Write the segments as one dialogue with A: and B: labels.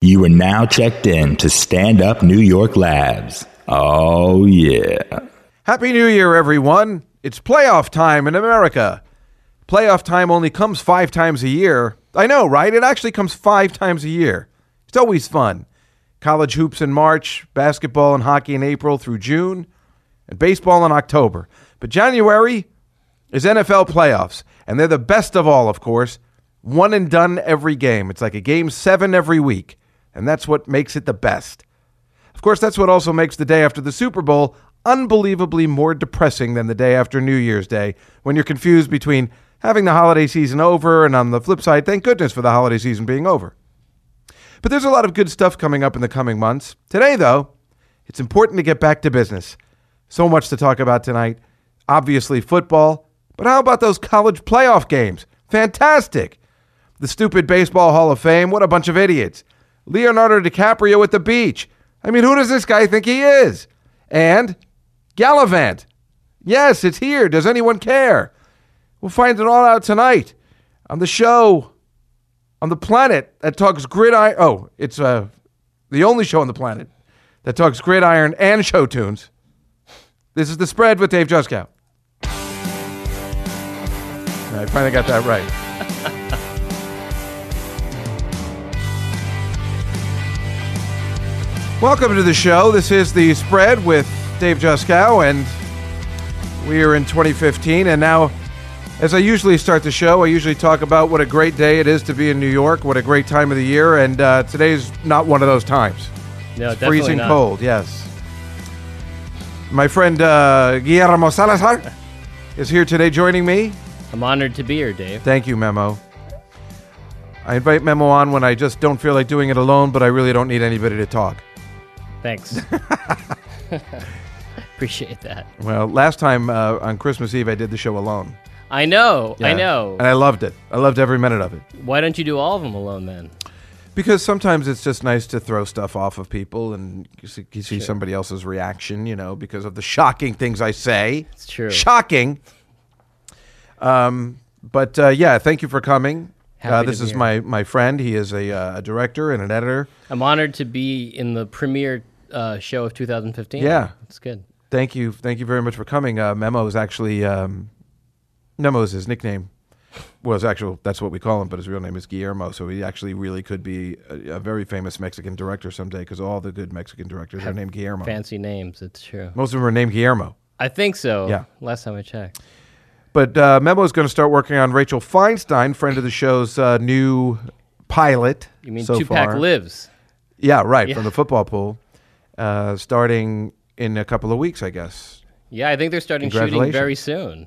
A: You are now checked in to Stand Up New York Labs. Oh, yeah.
B: Happy New Year, everyone. It's playoff time in America. Playoff time only comes five times a year. I know, right? It actually comes five times a year. It's always fun. College hoops in March, basketball and hockey in April through June, and baseball in October. But January is NFL playoffs, and they're the best of all, of course. One and done every game. It's like a game seven every week, and that's what makes it the best. Of course, that's what also makes the day after the Super Bowl unbelievably more depressing than the day after New Year's Day when you're confused between having the holiday season over and on the flip side, thank goodness for the holiday season being over. But there's a lot of good stuff coming up in the coming months. Today, though, it's important to get back to business. So much to talk about tonight. Obviously, football, but how about those college playoff games? Fantastic! The stupid Baseball Hall of Fame, what a bunch of idiots. Leonardo DiCaprio at the beach. I mean, who does this guy think he is? And Gallivant. Yes, it's here. Does anyone care? We'll find it all out tonight on the show on the planet that talks gridiron. Oh, it's uh, the only show on the planet that talks gridiron and show tunes. This is The Spread with Dave Juskow. I finally got that right. Welcome to the show. This is The Spread with Dave Juskow, and we are in 2015. And now, as I usually start the show, I usually talk about what a great day it is to be in New York, what a great time of the year, and uh, today's not one of those times.
C: No,
B: It's
C: definitely
B: freezing
C: not.
B: cold, yes. My friend uh, Guillermo Salazar is here today joining me.
C: I'm honored to be here, Dave.
B: Thank you, Memo. I invite Memo on when I just don't feel like doing it alone, but I really don't need anybody to talk.
C: Thanks. Appreciate that.
B: Well, last time uh, on Christmas Eve, I did the show alone.
C: I know. I
B: Yeah. Uh,
C: know.
B: And I loved it. I loved every minute of it.
C: Why don't you do all of them alone then?
B: Because sometimes it's just nice to throw stuff off of people and you see, you see somebody else's reaction, you know, because of the shocking things I say. It's
C: true.
B: Shocking. Um, but uh, yeah, thank you for coming.
C: Happy
B: uh,
C: to
B: this
C: be
B: is
C: here.
B: my, my friend. He is a, uh, a director and an editor.
C: I'm honored to be in the premiere uh, show of 2015.
B: Yeah.
C: It's good.
B: Thank you, thank you very much for coming. Uh, Memo is actually um, Memo is his nickname. Well, his actual that's what we call him, but his real name is Guillermo. So he actually really could be a, a very famous Mexican director someday because all the good Mexican directors are named Guillermo.
C: Fancy names. It's true.
B: Most of them are named Guillermo.
C: I think so.
B: Yeah.
C: Last time I checked.
B: But uh, Memo is going to start working on Rachel Feinstein, friend of the show's uh, new pilot.
C: You mean
B: so
C: Tupac
B: far.
C: lives?
B: Yeah, right
C: Yeah.
B: from the football pool, uh, starting in a couple of weeks, I guess.
C: Yeah, I think they're starting shooting
B: Congratulations.
C: very soon.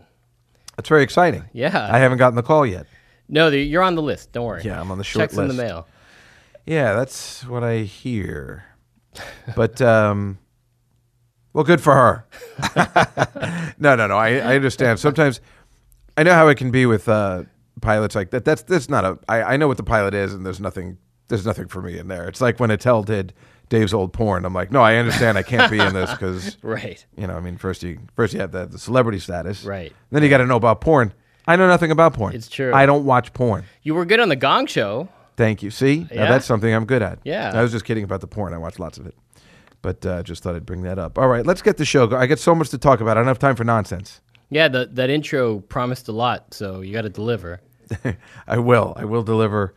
B: That's very exciting.
C: Yeah.
B: I haven't gotten the call yet.
C: No, they- you're on the list. Don't worry.
B: Yeah, I'm on the short
C: Checks in
B: list.
C: the mail.
B: Yeah, that's what I hear. But um, well, good for her. no, no, no. I, I understand. Sometimes I know how it can be with uh, pilots like that. That's that's not a. I, I know what the pilot is, and there's nothing. There's nothing for me in there. It's like when Attell did Dave's old porn. I'm like, no, I understand. I can't be in this because
C: Right.
B: you know. I mean, first you first you have the, the celebrity status,
C: Right.
B: Then you got to know about porn. I know nothing about porn.
C: It's true.
B: I don't watch porn.
C: You were good on the Gong Show.
B: Thank you. See, Now
C: Yeah?
B: that's something I'm good at.
C: Yeah.
B: I was just kidding about the porn. I watch lots of it, but uh, just thought I'd bring that up. All right, let's get the show. go- I got so much to talk about. I don't have time for nonsense.
C: Yeah, the, that intro promised a lot, so you got to deliver.
B: I will. I will deliver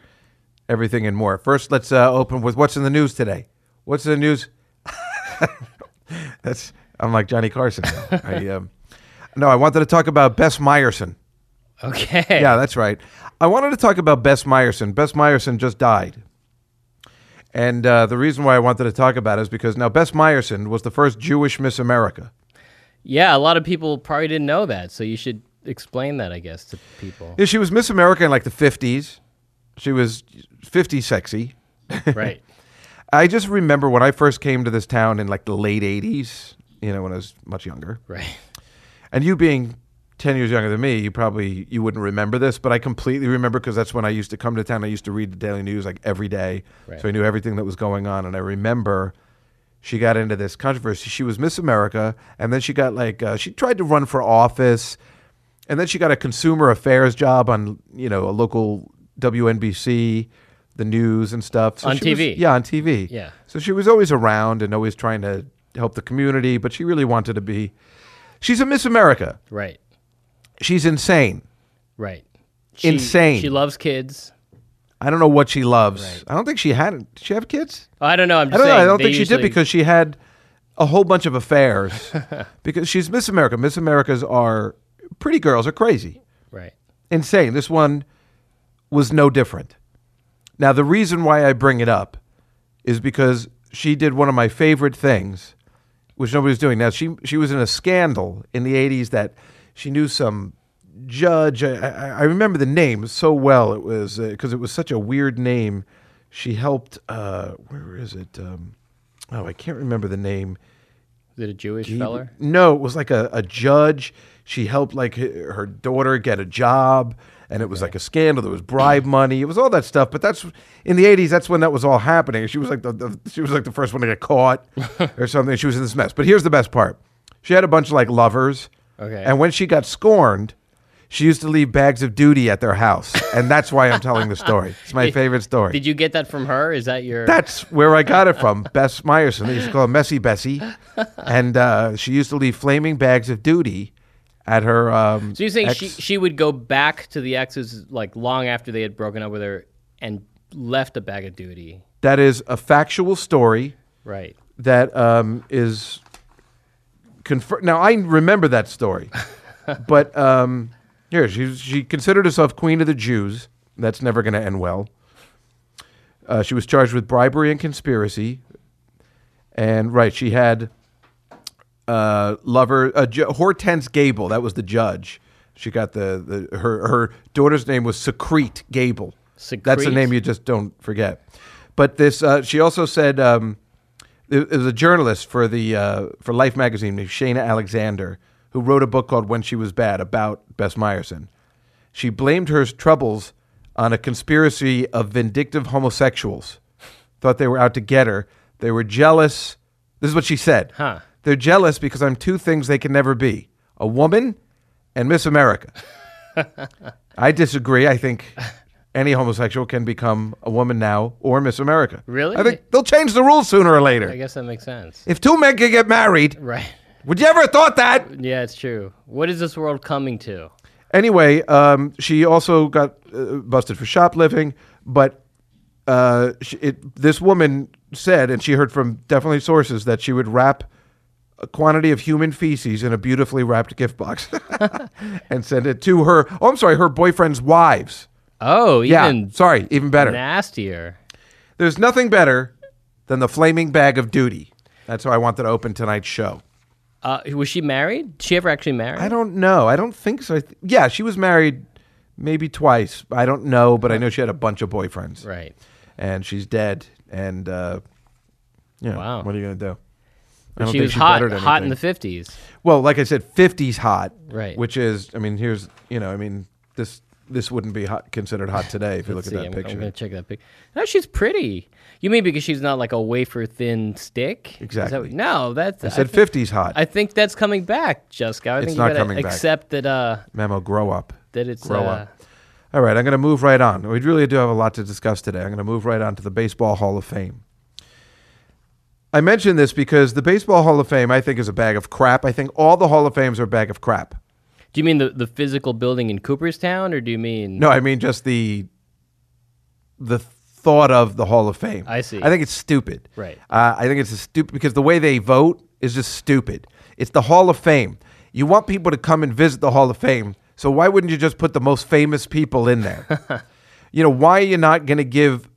B: everything and more. First, let's uh, open with what's in the news today. What's in the news? that's I'm like Johnny Carson. now. I um, no, I wanted to talk about Bess Meyerson.
C: Okay.
B: Yeah, that's right. I wanted to talk about Bess Meyerson. Bess Meyerson just died. And uh, the reason why I wanted to talk about it is because now Bess Meyerson was the first Jewish Miss America.
C: Yeah, a lot of people probably didn't know that, so you should explain that, I guess, to people.
B: Yeah, she was Miss America in like the 50s. She was 50 sexy.
C: right.
B: I just remember when I first came to this town in like the late 80s, you know, when I was much younger.
C: Right.
B: And you being 10 years younger than me, you probably you wouldn't remember this, but I completely remember because that's when I used to come to town. I used to read the Daily News like every day.
C: Right.
B: So I knew everything that was going on and I remember she got into this controversy. She was Miss America and then she got like uh, she tried to run for office and then she got a consumer affairs job on, you know, a local WNBC the news and stuff. So
C: On
B: she was-
C: TV.
B: yeah, on TV.
C: Yeah.
B: So she was always around and always trying to help the community, but she really wanted to be. She's a Miss America.
C: Right.
B: She's insane.
C: Right. She-
B: Insane.
C: She loves kids.
B: I don't know what she loves. I don't think she had. Did she have kids?
C: Oh, I don't know. I'm
B: I
C: just
B: don't know.
C: saying.
B: I don't
C: they
B: think she did
C: usually-
B: because she had a whole bunch of affairs. because she's Miss America. Miss Americas are pretty girls are crazy,
C: Right.
B: insane. This one was no different. Now the reason why I bring it up is because she did one of my favorite things, which nobody's doing. Now she she was in a scandal in the '80s that she knew some judge. I, I, I remember the name so well. It was because it was such a weird name. She helped. Uh, where is it? Um, oh, I can't remember the name.
C: Is it a Jewish
B: He-
C: feller?
B: No, it was like a, a judge. She helped like h- her daughter get a job, and it was like a scandal. There was bribe money. It was all that stuff. But that's in the '80s. That's when that was all happening. She was like the, the she was like the first one to get caught or something. She was in this mess. But here's the best part: she had a bunch of like lovers.
C: Okay.
B: And when she got scorned, she used to leave bags of duty at their house, and that's why I'm telling the story. It's my favorite story.
C: Did you get that from her? Is that your?
B: That's where I got it from. Bess Meyerson. They used to call her Messy Bessie. And uh, she used to leave flaming bags of duty at her. Um,
C: so you're saying
B: ex-
C: she she would go back to the exes like long after they had broken up with her and left a bag of duty.
B: That is a factual story
C: Right.
B: that um, is confirmed. Now, I remember that story. but um, here, she, she considered herself queen of the Jews. That's never going to end well. Uh, she was charged with bribery and conspiracy. And right, she had uh, lover uh, Ju- Hortense Gable. That was the judge. She got the, the her her daughter's name was Secrete Gable. That's the
C: Secrete?
B: name you just don't forget. But this, uh, she also said, um, there there was a journalist for the uh, for Life magazine named Shayna Alexander, who wrote a book called When She Was Bad about Bess Meyerson. She blamed her troubles on a conspiracy of vindictive homosexuals. Thought they were out to get her. They were jealous. This is what she said.
C: Huh.
B: They're jealous because I'm two things they can never be a woman and Miss America. I disagree. I think any homosexual can become a woman now or Miss America.
C: Really?
B: I think they'll change the rules sooner or later.
C: I guess that makes sense.
B: If two men could get married,
C: Right.
B: would you ever have thought that?
C: Yeah, it's true. What is this world coming to?
B: Anyway, um, she also got uh, busted for shoplifting, but uh, she, it, this woman said, and she heard from definitely sources, that she would wrap a quantity of human feces in a beautifully wrapped gift box and send it to her. Oh, I'm sorry, her boyfriend's wives.
C: Oh,
B: Yeah,
C: even
B: sorry, even better.
C: nastier.
B: There's nothing better than the flaming bag of duty. That's how I wanted to open tonight's show.
C: Uh, was she married? Did she ever actually marry?
B: I don't know. I don't think so. I th- yeah, she was married maybe twice. I don't know, but I know she had a bunch of boyfriends.
C: Right.
B: And she's dead. And uh, yeah,
C: Wow.
B: what are you gonna do? I don't
C: she
B: think
C: was
B: she
C: hot,
B: bettered
C: hot in the
B: anything.
C: fifties.
B: well, like I said, 50s hot.
C: Right.
B: Which is, I mean, here's you know, I mean, this this wouldn't be hot, considered hot today if you look at that
C: I'm, I'm
B: picture.
C: gonna check that picture. No, she's pretty. You mean because she's not like a wafer thin stick? Is that
B: Exactly.
C: what- no, that's. I,
B: I said
C: think,
B: 50s hot.
C: I think that's coming back, Jessica. I think you
B: not
C: gotta
B: coming back.
C: accept that. Uh,
B: Memo, grow up.
C: that it's.
B: Grow
C: uh,
B: up. All right, I'm going to move right on. We really do have a lot to discuss today. I'm going to move right on to the Baseball Hall of Fame. I mention this because the Baseball Hall of Fame, I think, is a bag of crap. I think all the Hall of Fames are a bag of crap.
C: Do you mean the, the physical building in Cooperstown, or do you mean?
B: No, I mean just the the thought of the Hall of Fame.
C: I see.
B: I think it's stupid.
C: Right.
B: Uh, I think it's a stupid because the way they vote is just stupid. It's the Hall of Fame. You want people to come and visit the Hall of Fame, so why wouldn't you just put the most famous people in there? you know, why are you not going to give?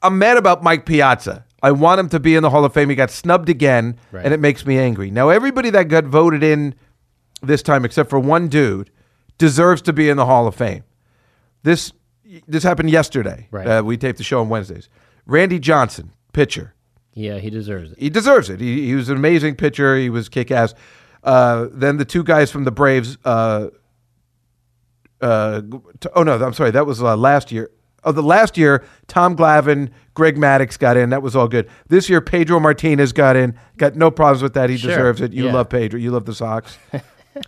B: I'm mad about Mike Piazza. I want him to be in the Hall of Fame. He got snubbed again,
C: Right.
B: and it makes me angry. Now, everybody that got voted in this time, except for one dude, deserves to be in the Hall of Fame this this happened yesterday.
C: Right.
B: Uh, we taped the show on Wednesdays. Randy Johnson, pitcher,
C: Yeah, he deserves it.
B: he deserves it. He, he was an amazing pitcher. He was kick ass. Uh, then the two guys from the Braves. Uh, uh, t- oh no, I'm sorry. That was uh, last year. Oh, the last year, Tom Glavine, Greg Maddox got in. That was all good. This year, Pedro Martinez got in. Got no problems with that. He
C: Sure.
B: deserves it. You
C: Yeah.
B: love Pedro. You love the Sox.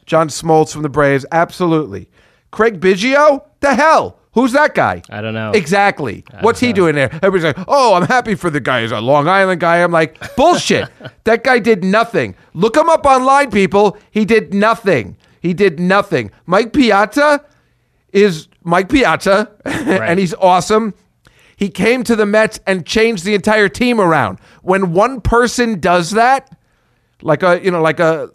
B: John Smoltz from the Braves, absolutely. Craig Biggio, the hell. Who's that guy?
C: I don't know.
B: Exactly. What's he doing there? Everybody's like, oh, I'm happy for the guy. He's a Long Island guy. I'm like, bullshit. that guy did nothing. Look him up online, people. He did nothing. He did nothing. Mike Piazza is Mike Piazza, and he's awesome. He came to the Mets and changed the entire team around. When one person does that, like a you know, like a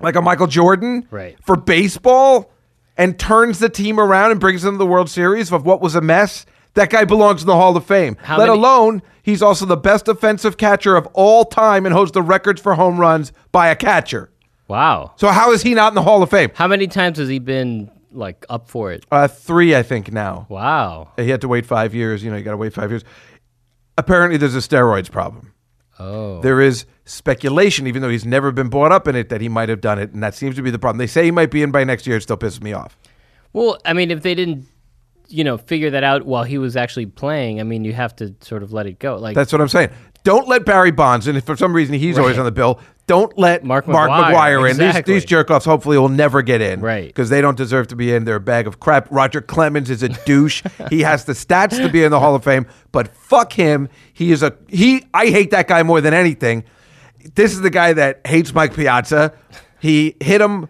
B: like a Michael Jordan
C: Right.
B: for baseball and turns the team around and brings them to the World Series of what was a mess, that guy belongs in the Hall of Fame.
C: How
B: Let
C: many-
B: alone he's also the best offensive catcher of all time and holds the records for home runs by a catcher.
C: Wow.
B: So how is he not in the Hall of Fame?
C: How many times has he been like up for it?
B: Uh, three, I think now.
C: Wow.
B: He had to wait five years. You know, you got to wait five years. Apparently, there's a steroids problem.
C: Oh.
B: There is speculation, even though he's never been brought up in it, that he might have done it, and that seems to be the problem. They say he might be in by next year. It still pisses me off.
C: Well, I mean, if they didn't, you know, figure that out while he was actually playing, I mean, you have to sort of let it go. Like,
B: That's what I'm saying. Don't let Barry Bonds in. If for some reason he's always on the bill, don't let Mark
C: Mark
B: McGuire,
C: McGwire,
B: in. These-
C: exactly.
B: These, jerk offs hopefully will never get in.
C: Right.
B: Because they don't deserve to be in. They're a bag of crap. Roger Clemens is a douche. he has the stats to be in the Hall of Fame, but fuck him. He is a he I hate that guy more than anything. This is the guy that hates Mike Piazza. He hit him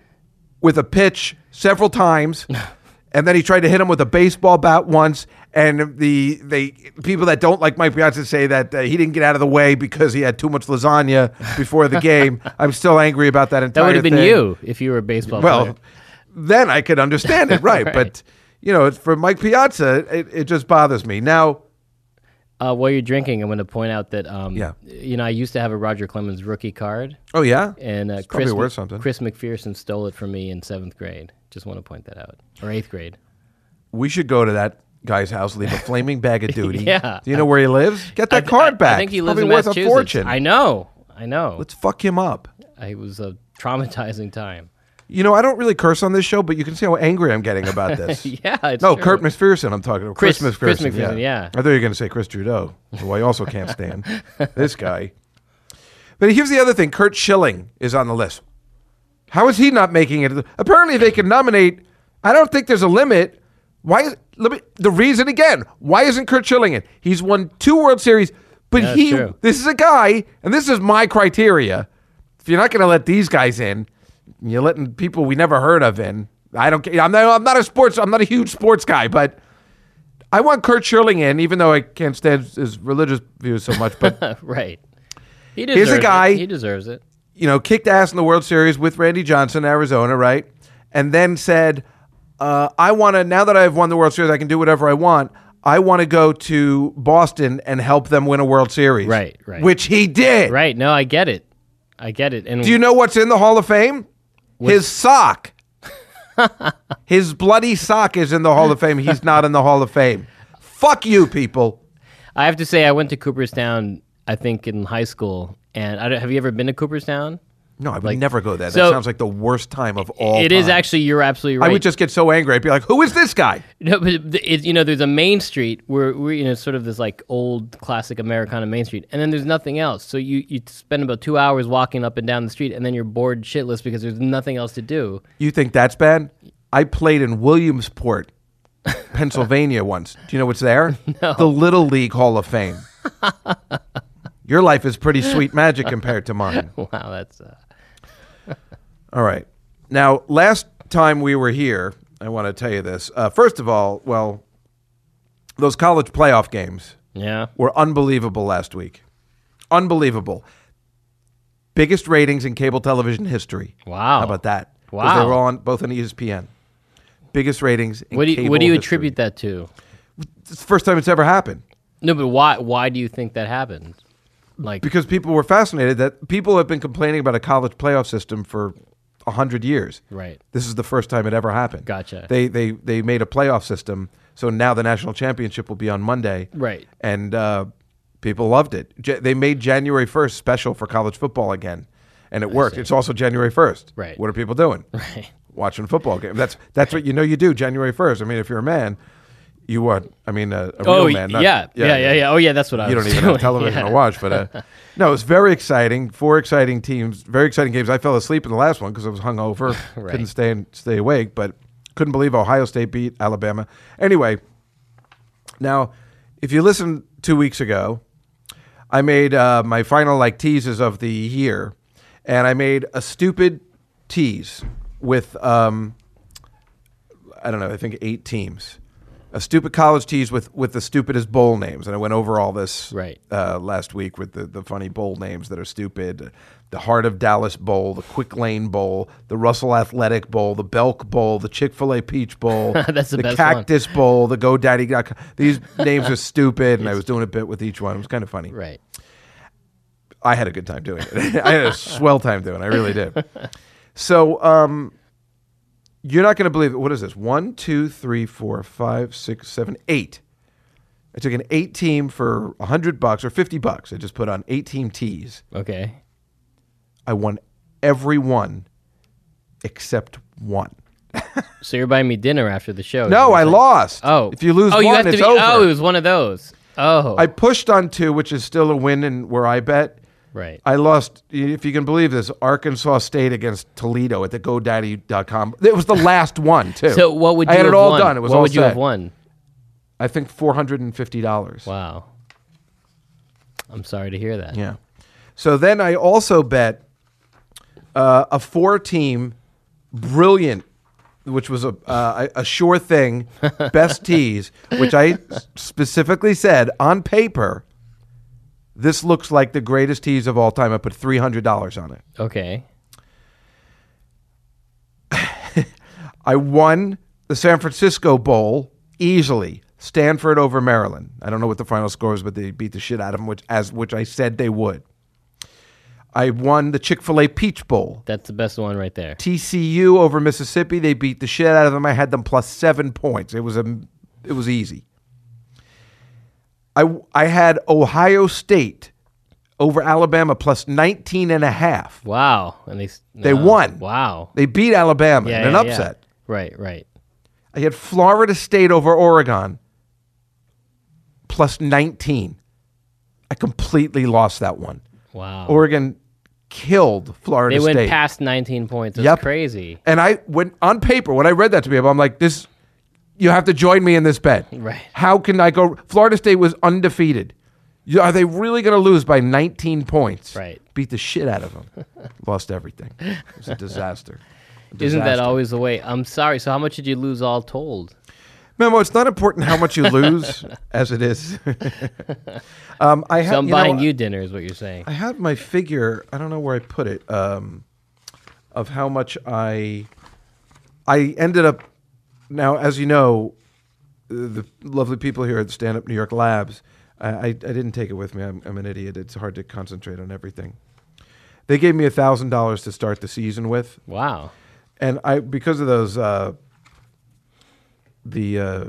B: with a pitch several times, and then he tried to hit him with a baseball bat once. And the they people that don't like Mike Piazza say that uh, he didn't get out of the way because he had too much lasagna before the game. I'm still angry about that entire.
C: that would have been
B: thing.
C: you if you were a baseball
B: Well,
C: player.
B: then I could understand it, right?
C: Right.
B: But you know, it's- for Mike Piazza, it, it just bothers me. Now,
C: Uh, while you're drinking, I'm going to point out that, um,
B: Yeah.
C: you know, I used to have a Roger Clemens rookie card,
B: oh yeah,
C: and uh,
B: probably
C: Chris,
B: worth something.
C: Chris McPherson stole it from me in seventh grade. Just want to point that out. Or eighth grade.
B: we should go to that. Guy's house, leave a flaming bag of duty.
C: Yeah.
B: Do you know where he lives? Get that
C: I-
B: card
C: I-
B: back.
C: I think he
B: It's
C: lives in
B: probably worth a
C: Massachusetts.
B: fortune.
C: I know. I know. Uh,
B: Let's fuck him up.
C: it was a traumatizing time.
B: You know, I don't really curse on this show, but you can see how angry I'm getting about this.
C: Yeah, it's
B: no,
C: true.
B: Kurt McPherson, I'm talking about. Chris,
C: Chris-
B: McPherson.
C: Chris McPherson, yeah.
B: I thought you were going to say Chris Trudeau, who I also can't stand. this guy. But here's the other thing Kurt Schilling is on the list. How is he not making it? Apparently, they can nominate. I don't think there's a limit. Why? Is, let me, the reason again. Why isn't Kurt Schilling in? He's won two World Series, but
C: Yeah,
B: he.
C: true.
B: This is a guy, and this is my criteria. If you're not going to let these guys in, you're letting people we never heard of in. I don't. ca- I'm not. I'm not a sports. I'm not a huge sports guy, but I want Kurt Schilling in, even though I can't stand his religious views so much. But
C: Uh, right. He
B: a
C: deserves
B: guy-
C: It. He deserves it.
B: you know, kicked ass in the World Series with Randy Johnson, Arizona, right? And then said, uh, I want to, now that I've won the World Series, I can do whatever I want. I want to go to Boston and help them win a World Series.
C: Right, right.
B: Which he did.
C: Right. No, I get it. I get it. And
B: Do you know what's in the Hall of Fame? His sock. His bloody sock is in the Hall of Fame. He's not in the Hall of Fame. Fuck you, people.
C: I have to say, I went to Cooperstown. I think in high school, and I don't, have you ever been to Cooperstown?
B: No, I would never go there. That
C: so-
B: sounds like the worst time of all
C: It is
B: time.
C: actually. You're absolutely
B: I
C: right.
B: would just get so angry. I'd be like, who is this guy?
C: No, but th- it, you know, there's a main street where we, you know, sort of this like old classic Americana main street, and then there's nothing else. So you you spend about two hours walking up and down the street, and then you're bored shitless because there's nothing else to do.
B: You think that's bad? I played in Williamsport, Pennsylvania once. Do you know what's there? The Little League Hall of Fame. Your life is pretty sweet magic compared to mine.
C: Wow, that's uh,
B: All right. Now, last time we were here, I want to tell you this. Uh, first of all, well, those college playoff games
C: yeah.
B: were unbelievable last week. Unbelievable. Biggest ratings in cable television history.
C: Wow.
B: How about that? 'Cause They
C: Oh. Wow.
B: were on both on E ESPN. Biggest ratings. In
C: What do you,
B: cable
C: what do you
B: history.
C: attribute that to?
B: It's the first time it's ever happened
C: No, but why why do you think that happened? Like
B: because people were fascinated that people have been complaining about a college playoff system for hundred years.
C: right.
B: This is the first time it ever happened.
C: Gotcha.
B: They they they made a playoff system, so now the national championship will be on Monday.
C: Right.
B: And uh, people loved it. Ja they made January first special for college football again, and it worked. It's also January first.
C: Right.
B: What are people doing? Right. Watching football games. That's that's what you know you do January first. I mean, if you're a man, you what? I mean, a, a
C: Oh
B: real man.
C: yeah,
B: not-
C: yeah, yeah, yeah, Oh yeah, that's what I
B: you
C: was
B: don't even
C: doing.
B: have television
C: yeah.
B: to watch. But uh, no, it was very exciting. Four exciting teams, very exciting games. I fell asleep in the last one because I was hungover,
C: Right.
B: couldn't stay and stay awake. But couldn't believe Ohio State beat Alabama. Anyway, Now, if you listen two weeks ago, I made uh, my final like teases of the year, and I made a stupid tease with um, I don't know, I think eight teams, a stupid college tease with with the stupidest bowl names, and I went over all this
C: Right.
B: uh, last week with the the funny bowl names that are stupid, the Heart of Dallas Bowl, the Quick Lane Bowl, the Russell Athletic Bowl, the Belk Bowl, the Chick Fil A Peach Bowl,
C: That's the best one.
B: Cactus Bowl, the GoDaddy. These names are stupid, and I was doing a bit with each one. It was kind of funny.
C: Right.
B: I had a good time doing it. I had a swell time doing it. I really did. So, um, you're not going to believe it. What is this? One, two, three, four, five, six, seven, eight. I took an eight team for a hundred bucks or fifty bucks. I just put on eight team tees.
C: Okay.
B: I won every one except one.
C: So you're buying me dinner after the show. is
B: No,
C: what
B: I
C: you're saying.
B: lost.
C: Oh.
B: if you lose
C: oh,
B: one,
C: you have
B: it's
C: to be,
B: over.
C: Oh, it was one of those. Oh.
B: I pushed on two, which is still a win, and where I bet.
C: right.
B: I lost, if you can believe this, Arkansas State against Toledo at the GoDaddy.com. It was the last one too.
C: so what would you
B: I had
C: have
B: it all
C: won?
B: done? It was
C: what
B: all
C: would you
B: set.
C: have won?
B: I think four hundred and fifty dollars.
C: Wow. I'm sorry to hear that.
B: Yeah. So then I also bet uh, a four-team brilliant, which was a uh, a a sure thing, best tees, which I s- specifically said on paper. This looks like the greatest tees of all time. I put three hundred dollars on it.
C: Okay.
B: I won the San Francisco Bowl easily. Stanford over Maryland. I don't know what the final score was, but they beat the shit out of them, which as which I said they would. I won the Chick Fil A Peach Bowl.
C: That's the best one right there.
B: TCU over Mississippi. They beat the shit out of them. I had them plus seven points. It was a, it was easy. I I had Ohio State over Alabama plus 19 and a half.
C: Wow. And they s-
B: They
C: no.
B: won.
C: Wow.
B: They beat Alabama
C: Yeah,
B: in an
C: yeah, yeah.
B: upset.
C: Right, right.
B: I had Florida State over Oregon plus 19. I completely lost that one.
C: Wow.
B: Oregon killed Florida
C: they went
B: State.
C: past 19 points. That's
B: Yep.
C: crazy.
B: and I when on paper when I read that to people I'm like this you have to join me in this bet.
C: Right.
B: How can I go Florida State was undefeated. You- Are they really going to lose by 19 points?
C: Right.
B: Beat the shit out of them. Lost everything. It was a disaster. A
C: Isn't that
B: disaster.
C: always the way? I'm sorry. So how much did you lose all told?
B: Memo, it's not important how much you lose as it is. um, I have
C: So I'm
B: you
C: buying
B: know,
C: you dinner is what you're saying.
B: I have my figure. I don't know where I put it. Um, of how much I, I ended up. Now, as you know, the lovely people here at Stand Up New York Labs. I, I, I didn't take it with me. I'm, I'm an idiot. It's hard to concentrate on everything. They gave me thousand dollars to start the season with
C: Wow.
B: and I because of those uh, the uh,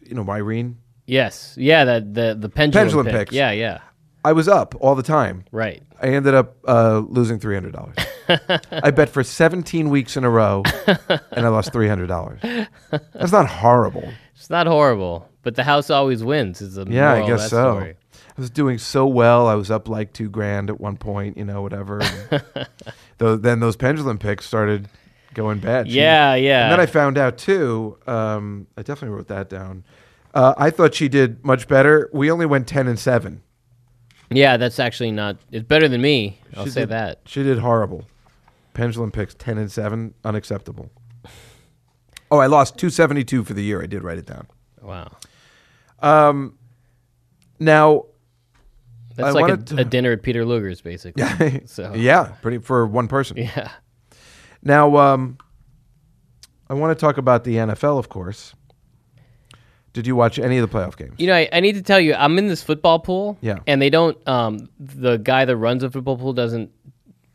B: you know Irene,
C: Yes. Yeah, that the the pendulum,
B: Pendulum
C: pick.
B: picks.
C: Yeah, yeah.
B: I was up all the time.
C: Right.
B: I ended up uh, losing three hundred dollars. I bet for seventeen weeks in a row, and I lost three hundred dollars. That's not horrible.
C: It's not horrible, but the house always wins. Is the
B: Yeah,
C: moral
B: I
C: of
B: guess
C: that
B: so.
C: Story.
B: I was doing so well. I was up like two grand at one point. You know, whatever. Though then those pendulum picks started going bad. She-
C: Yeah, yeah.
B: And then I found out too. Um, I definitely wrote that down. Uh, I thought she did much better. We only went ten and seven.
C: yeah, that's actually not. It's better than me. I'll
B: She
C: say
B: did-
C: that.
B: She did horrible. Pendulum picks ten and seven, unacceptable. Oh, I lost two seventy two for the year. I did write it down.
C: Wow.
B: Now,
C: That's
B: I
C: like a,
B: wanted to-
C: a dinner at Peter Luger's, basically. Yeah. so
B: yeah, pretty for one person.
C: yeah.
B: Now, um, I want to talk about the NFL, of course. Did you watch any of the playoff games?
C: You know, I, I need to tell you, I'm in this football pool.
B: Yeah.
C: And they don't. Um, the guy that runs the football pool doesn't.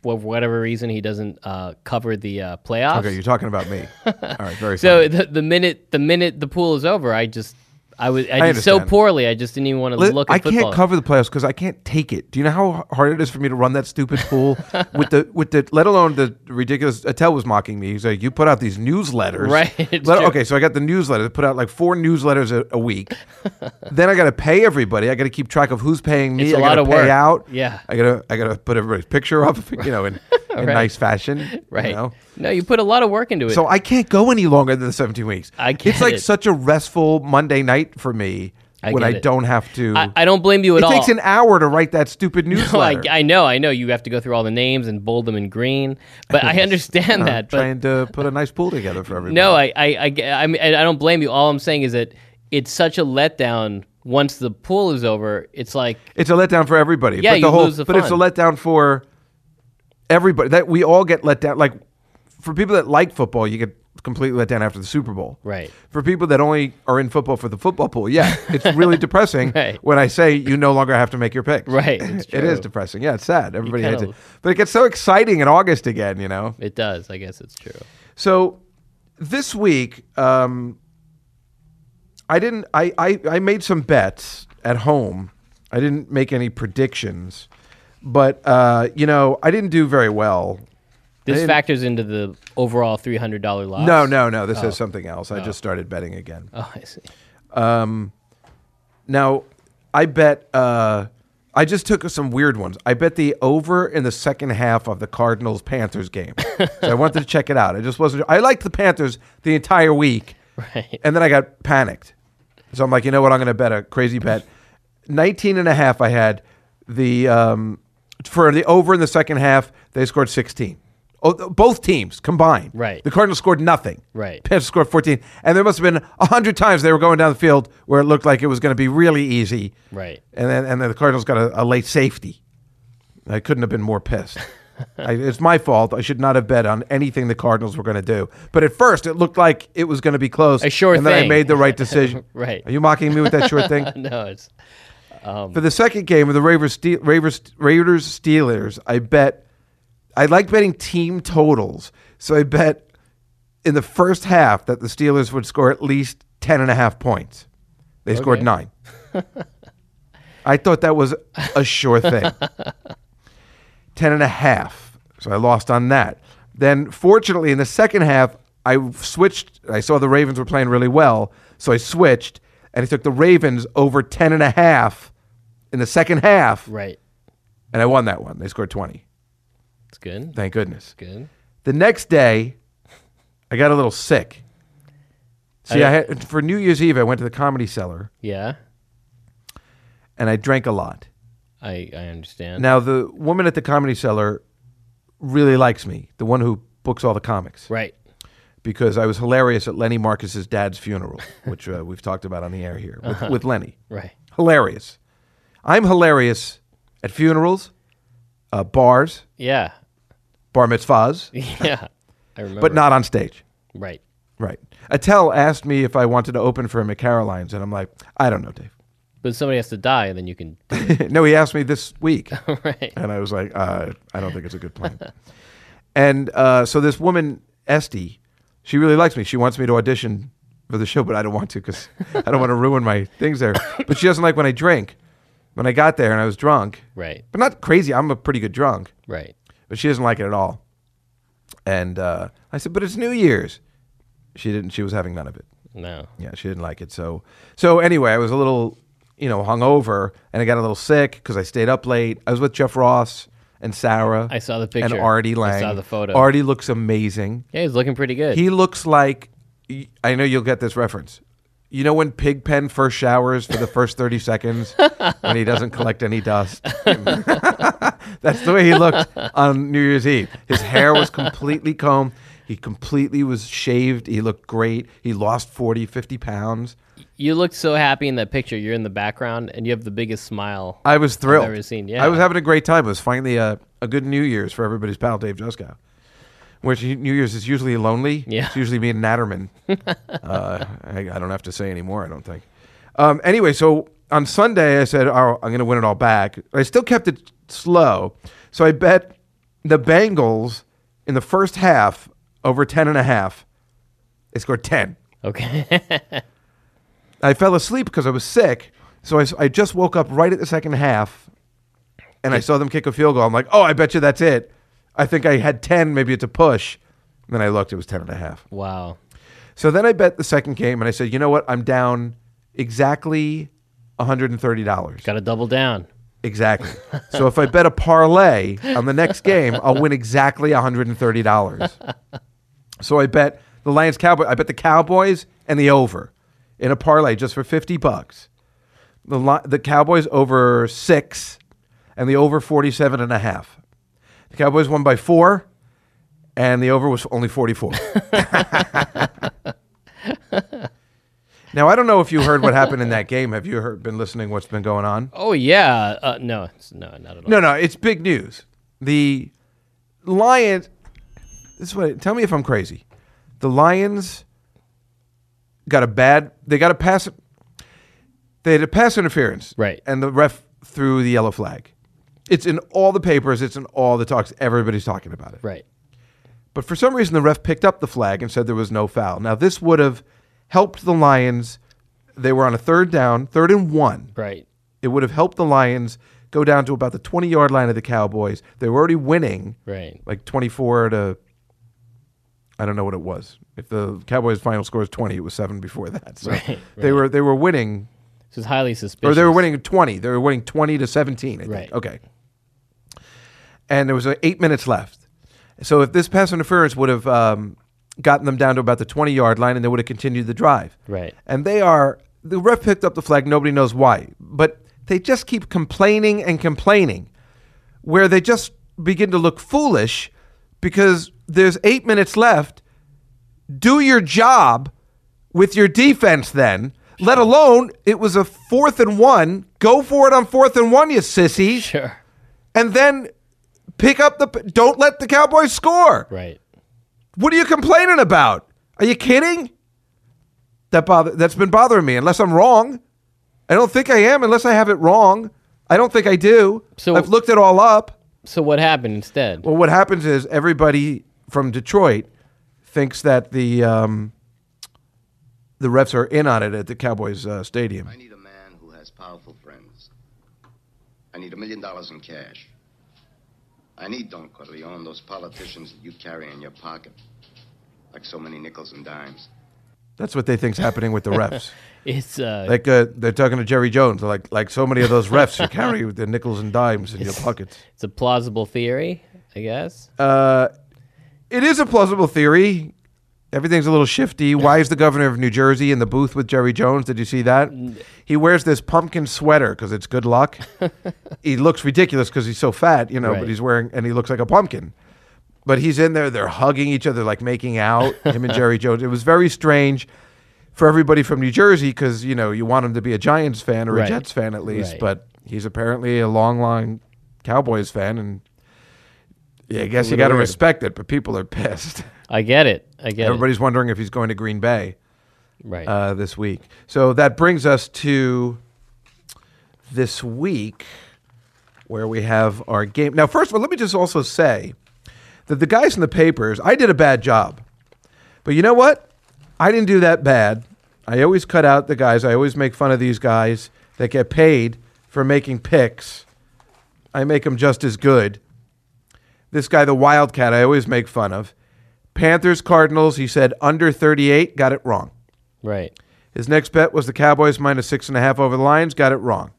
C: For whatever reason, he doesn't uh, cover the uh, playoffs.
B: Okay, you're talking about me. All right, very funny.
C: So the, the minute the minute the pool is over, I just I was I, did so
B: understand.
C: poorly. I just didn't even want to
B: Li-
C: look. at
B: I can't
C: football.
B: cover the playoffs because I can't take it. Do you know how hard it is for me to run that stupid pool with the with the let alone the ridiculous? Attell was mocking me. He's like, "You put out these newsletters,
C: Right, it's
B: Let-
C: true.
B: okay, so I got the newsletter. I Put out like four newsletters a, a week. then I got to pay everybody. I got to keep track of who's paying me.
C: It's a
B: I
C: lot
B: gotta
C: of
B: pay
C: work.
B: out.
C: Yeah.
B: I gotta I gotta put everybody's picture up. You know, and in nice fashion.
C: Right.
B: You know?
C: No, you put a lot of work into it.
B: So I can't go any longer than the 17 weeks.
C: I get
B: It's like
C: it.
B: such a restful Monday night for me
C: I
B: when
C: get
B: I
C: it.
B: don't have to.
C: I, I don't blame you at
B: it
C: all.
B: takes an hour to write that stupid
C: No, I,
B: newsletter.
C: I know, I know. You have to go through all the names and bold them in green, but I understand
B: I'm
C: that. But
B: trying to put a nice pool together for everybody.
C: no, I, I, I, ge- I, mean, I don't blame you. All I'm saying is that it's such a letdown once the pool is over. It's like
B: it's a letdown for everybody.
C: Yeah,
B: but the
C: you
B: whole,
C: lose the
B: But it's a
C: fun.
B: letdown for everybody. That we all get let down. Like for people that like football, you get completely let down after the Super Bowl.
C: Right.
B: For people that only are in football for the football pool, yeah, it's really depressing
C: Right.
B: when I say you no longer have to make your picks.
C: Right, it's
B: it is
C: true.
B: depressing. Yeah, it's sad. Everybody hates
C: kinda-
B: it. But it gets so exciting in August again, you know.
C: it does. I guess it's true.
B: So this week, um, I didn't. I, I I made some bets at home. I didn't make any predictions, but uh, you know, I didn't do very well.
C: This
B: And-
C: factors into the overall three hundred dollar loss.
B: No, no, no. This is something else. I just started betting again.
C: Oh, I see.
B: Now, I bet. Uh, I just took some weird ones. I bet the over in the second half of the Cardinals Panthers game. so I wanted to check it out. I just wasn't. I liked the Panthers the entire week,
C: Right.
B: and then I got panicked. So I'm like, you know what? I'm going to bet a crazy bet. 19 and a half I had the um, for the over in the second half, they scored 16. Oh, th- both teams combined.
C: Right.
B: The Cardinals scored nothing.
C: Right.
B: Panthers scored 14. And there must have been 100 times they were going down the field where it looked like it was going to be really easy.
C: Right.
B: And then, and then the Cardinals got a, a late safety. I couldn't have been more pissed. I, it's my fault. I should not have bet on anything the Cardinals were going to do. But at first, it looked like it was going to be close.
C: A sure
B: and then I
C: thing.
B: made the right decision.
C: Right.
B: Are you mocking me with that sure thing?
C: No, it's
B: For the second game of the Raiders, Ste- Raiders, Raiders Steelers, I bet I like betting team totals. So I bet in the first half that the Steelers would score at least 10 and a half points. They scored
C: Okay.
B: 9. I thought that was a sure thing. 10 and a half. So I lost on that. Then fortunately in the second half I switched I saw the Ravens were playing really well, so I switched and I took the Ravens over 10 and a half in the second half
C: right.
B: and I won that one. They scored 20.
C: It's good.
B: Thank goodness.
C: Good.
B: The next day I got a little sick. See, I had, for New Year's Eve I went to the comedy cellar
C: Yeah.
B: and I drank a lot.
C: I I understand.
B: Now the woman at the comedy cellar really likes me, the one who books all the comics.
C: Right.
B: because I was hilarious at Lenny Marcus's dad's funeral, which uh, we've talked about on the air here with, with Lenny.
C: Right.
B: Hilarious. I'm hilarious at funerals, uh, bars,
C: Yeah.
B: bar mitzvahs,
C: Yeah. I remember.
B: but not on stage.
C: right.
B: Right. Attell asked me if I wanted to open for him at Caroline's, and I'm like, I don't know, Dave.
C: But somebody has to die, and then you can.
B: no, he asked me this week.
C: right.
B: And I was like, uh, I don't think it's a good plan. and uh, so this woman, Esty, she really likes me. She wants me to audition for the show, but I don't want to because I don't want to ruin my things there. But she doesn't like when I drink. When I got there and I was drunk,
C: Right.
B: but not crazy. I'm a pretty good drunk,
C: Right.
B: but she doesn't like it at all. And uh, I said, but it's New Year's. She didn't. She was having none of it.
C: No.
B: Yeah, she didn't like it. So, so anyway, I was a little, you know, hungover, and I got a little sick because I stayed up late. I was with Jeff Ross and Sarah.
C: I saw the
B: And
C: picture.
B: Artie Lang.
C: I saw the photo.
B: Artie looks amazing.
C: Yeah, he's looking pretty good.
B: He looks like. I know you'll get this reference. You know when Pigpen first showers for the first thirty seconds when he doesn't collect any dust. That's the way he looked on New Year's Eve. His hair was completely combed. He completely was shaved. He looked great. He lost 40, 50 pounds.
C: you looked so happy in that picture. You're in the background, and you have the biggest smile.
B: I was thrilled.
C: ever seen, yeah.
B: I was having a great time. It was finally a, a good New Year's for everybody's pal, Dave Juskow. Which New Year's is usually lonely.
C: Yeah.
B: It's usually me and Natterman. uh, I, I don't have to say anymore, I don't think. Um, anyway, so on Sunday, I said, oh, I'm going to win it all back. I still kept it slow. So I bet the Bengals in the first half over 10 and a half. They scored 10.
C: Okay.
B: I fell asleep because I was sick. So I, s- I just woke up right at the second half and I saw them kick a field goal. I'm like, oh, I bet you that's it. I think I had 10, maybe it's a push. And then I looked, it was 10 and a half.
C: wow.
B: So then I bet the second game and I said, you know what? I'm down exactly $130.
C: Got to double down.
B: Exactly. So if I bet a parlay on the next game, I'll win exactly $130. So I bet the Lions Cowboys, I bet the Cowboys and the over in a parlay just for 50 bucks. The Li- the Cowboys over 6 and the over 47 and a half. The Cowboys won by 4 and the over was only 44. now I don't know if you heard what happened in that game. Have you heard, been listening what's been going on?
C: Oh yeah, uh, no, it's, no, not at all.
B: No, no, it's big news. The Lions. This is what. Tell me if I'm crazy. The Lions got a bad. They got a pass. They had a pass interference.
C: Right.
B: And the ref threw the yellow flag. It's in all the papers. It's in all the talks. Everybody's talking about it.
C: Right.
B: But for some reason, the ref picked up the flag and said there was no foul. Now this would have helped the Lions. They were on a third down, third and one.
C: Right.
B: It would have helped the Lions go down to about the 20 yard line of the Cowboys. They were already winning,
C: Right.
B: like 24 to, I don't know what it was. If the Cowboys' final score is 20, it was seven before that. So they were they were winning,
C: This is highly suspicious.
B: or they were winning 20. They were winning 20 to 17. I think.
C: Right.
B: Okay. And there was uh, eight minutes left. So if this pass interference would have um, gotten them down to about the 20 yard line, and they would have continued the drive
C: Right.
B: and they are the ref picked up the flag nobody knows why but they just keep complaining and complaining where they just begin to look foolish because there's eight minutes left do your job with your defense then let alone it was a fourth and one go for it on fourth and one you sissies
C: Sure.
B: and then pick up the don't let the cowboys score
C: Right.
B: what are you complaining about? Are you kidding? That bother that's been bothering me. Unless I'm wrong, I don't think I am. Unless I have it wrong, I don't think I do.
C: So-
B: I've looked it all up.
C: So what happened instead?
B: Well, what happens is everybody from Detroit thinks that the um, the refs are in on it at the Cowboys uh, stadium.
D: I need a man who has powerful friends. I need a million dollars in cash. I need Don Corleone, those politicians that you carry in your pocket, like so many nickels and dimes.
B: That's what they think's happening with the refs.
C: It's uh,
B: Like uh, they're talking to Jerry Jones, like like so many of those refs who carry the nickels and dimes in your pockets.
C: it's a plausible theory, I guess.
B: it is a plausible theory. Everything's a little shifty. Why is the governor of New Jersey in the booth with Jerry Jones? Did you see that?
C: Mm.
B: He wears this pumpkin sweater because it's good luck. he looks ridiculous because he's so fat, you know,
C: Right.
B: but he's wearing, and he looks like a pumpkin. But he's in there, they're hugging each other, like making out, him and Jerry Jones. It was very strange for everybody from New Jersey because, you know, you want him to be a Giants fan or a
C: Right.
B: Jets fan at least,
C: Right.
B: but he's apparently a long line Cowboys fan. And yeah, I guess you got to
C: weird.
B: respect it, but people are pissed.
C: I get it. I get
B: Everybody's wondering if he's going to Green Bay
C: it. Right.
B: uh, this week. So that brings us to this week where we have our game. Now, first of all, let me just also say that the guys in the papers, I did a bad job. But you know what? I didn't do that bad. I always cut out the guys, I always make fun of these guys that get paid for making picks. I make them just as good. This guy, the Wildcat, I always make fun of. Panthers, Cardinals, he said under 38, got it wrong.
C: right.
B: His next bet was the Cowboys minus six and a half over the Lions. Got it wrong.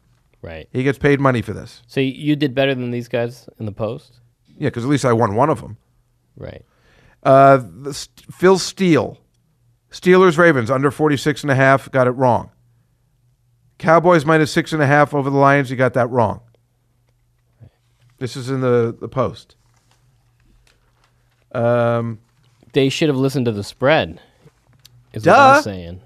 C: Right.
B: He gets paid money for this.
C: So y- you did better than these guys in the post.
B: Yeah, because at least I won one of them.
C: Right.
B: Uh, the St- Phil Steele, Steelers Ravens under 46 and a half. Got it wrong. Cowboys minus six and a half over the Lions. He got that wrong. This is in the, the post. Um,
C: They should have listened to the spread. Is what
B: Duh.
C: I'm saying.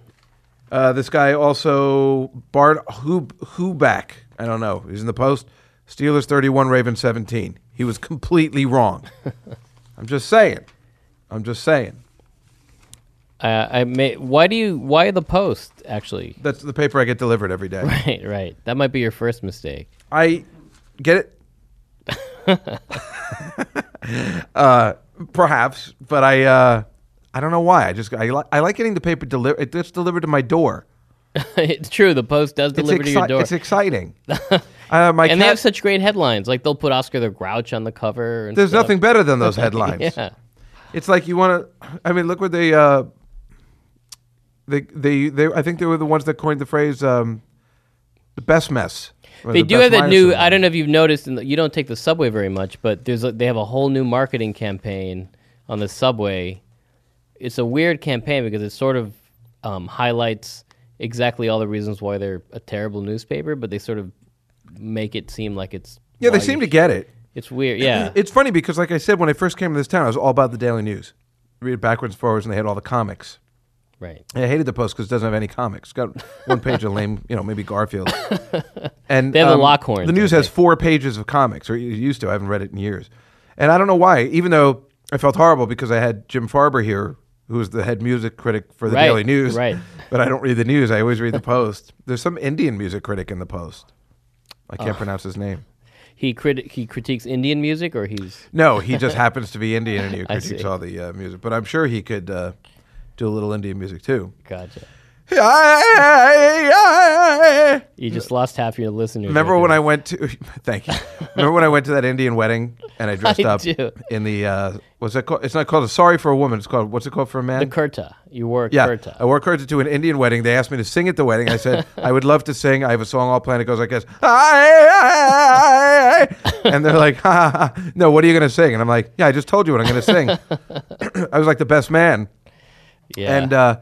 B: Uh, this guy also Bart Hub Huback. I don't know. He's in the post. Steelers thirty-one, Ravens seventeen. He was completely wrong. I'm just saying. I'm just saying.
C: Uh, I may. Why do you? Why the post? Actually.
B: That's the paper I get delivered every day.
C: Right. Right. That might be your first mistake.
B: I get it. uh, perhaps, but I uh, I don't know why. I just I, li- I like getting the paper delivered. It gets delivered to my door.
C: it's true. The post does
B: It's,
C: deliver to your
B: exci-
C: door.
B: it's exciting. uh, my
C: and they
B: cat-
C: have such great headlines. Like they'll put Oscar the Grouch on the cover. And
B: there's
C: stuff.
B: nothing better than those headlines.
C: Yeah.
B: It's like you want to. I mean, look what they. Uh, they, they, they. I think they were the ones that coined the phrase um, "the best mess." One of
C: They
B: the
C: do
B: best
C: have that
B: miners
C: new.
B: in the
C: I don't know if you've noticed, and you don't take the subway very much, but there's a, they have a whole new marketing campaign on the subway. It's a weird campaign because it sort of um, highlights exactly all the reasons why they're a terrible newspaper, but they sort of make it seem like it's
B: Yeah, they
C: why
B: seem
C: you
B: to get it.
C: sh- It's weird. Yeah,
B: It's funny because, like I said, when I first came to this town, I was all about the Daily News. Read it backwards, forwards, and they had all the comics.
C: right.
B: And I hated the post because it doesn't have any comics. It's got one page of lame, you know, maybe Garfield. And um,
C: They have the Lockhorns,
B: The news has four pages of comics, or it used to. I haven't read it in years, and I don't know why. Even though I felt horrible because I had Jim Farber here, who was the head music critic for the
C: Right,
B: Daily News.
C: right.
B: But I don't read the news. I always read the Post. There's some Indian music critic in the Post. I can't pronounce his name.
C: He crit- he critiques Indian music, or he's
B: No, he just happens to be Indian and he
C: I
B: critiques
C: see.
B: all the uh, music. But I'm sure he could uh, do a little Indian music too.
C: gotcha. You just lost half your listeners.
B: Remember
C: right
B: when
C: there.
B: I went to? Thank you. Remember when I went to that Indian wedding and I dressed
C: I
B: up
C: do.
B: in the uh, what's it called? It's not called a sorry for a woman. It's called what's it called for a man?
C: the kurta? You wore a
B: yeah,
C: kurta.
B: I wore kurta to an Indian wedding. They asked me to sing at the wedding. I said I would love to sing. I have a song all planned. It goes like this, and they're like, ha, ha, ha. "No, what are you going to sing?" And I'm like, "Yeah, I just told you what I'm going to sing." I was like the best man,
C: yeah.
B: and uh,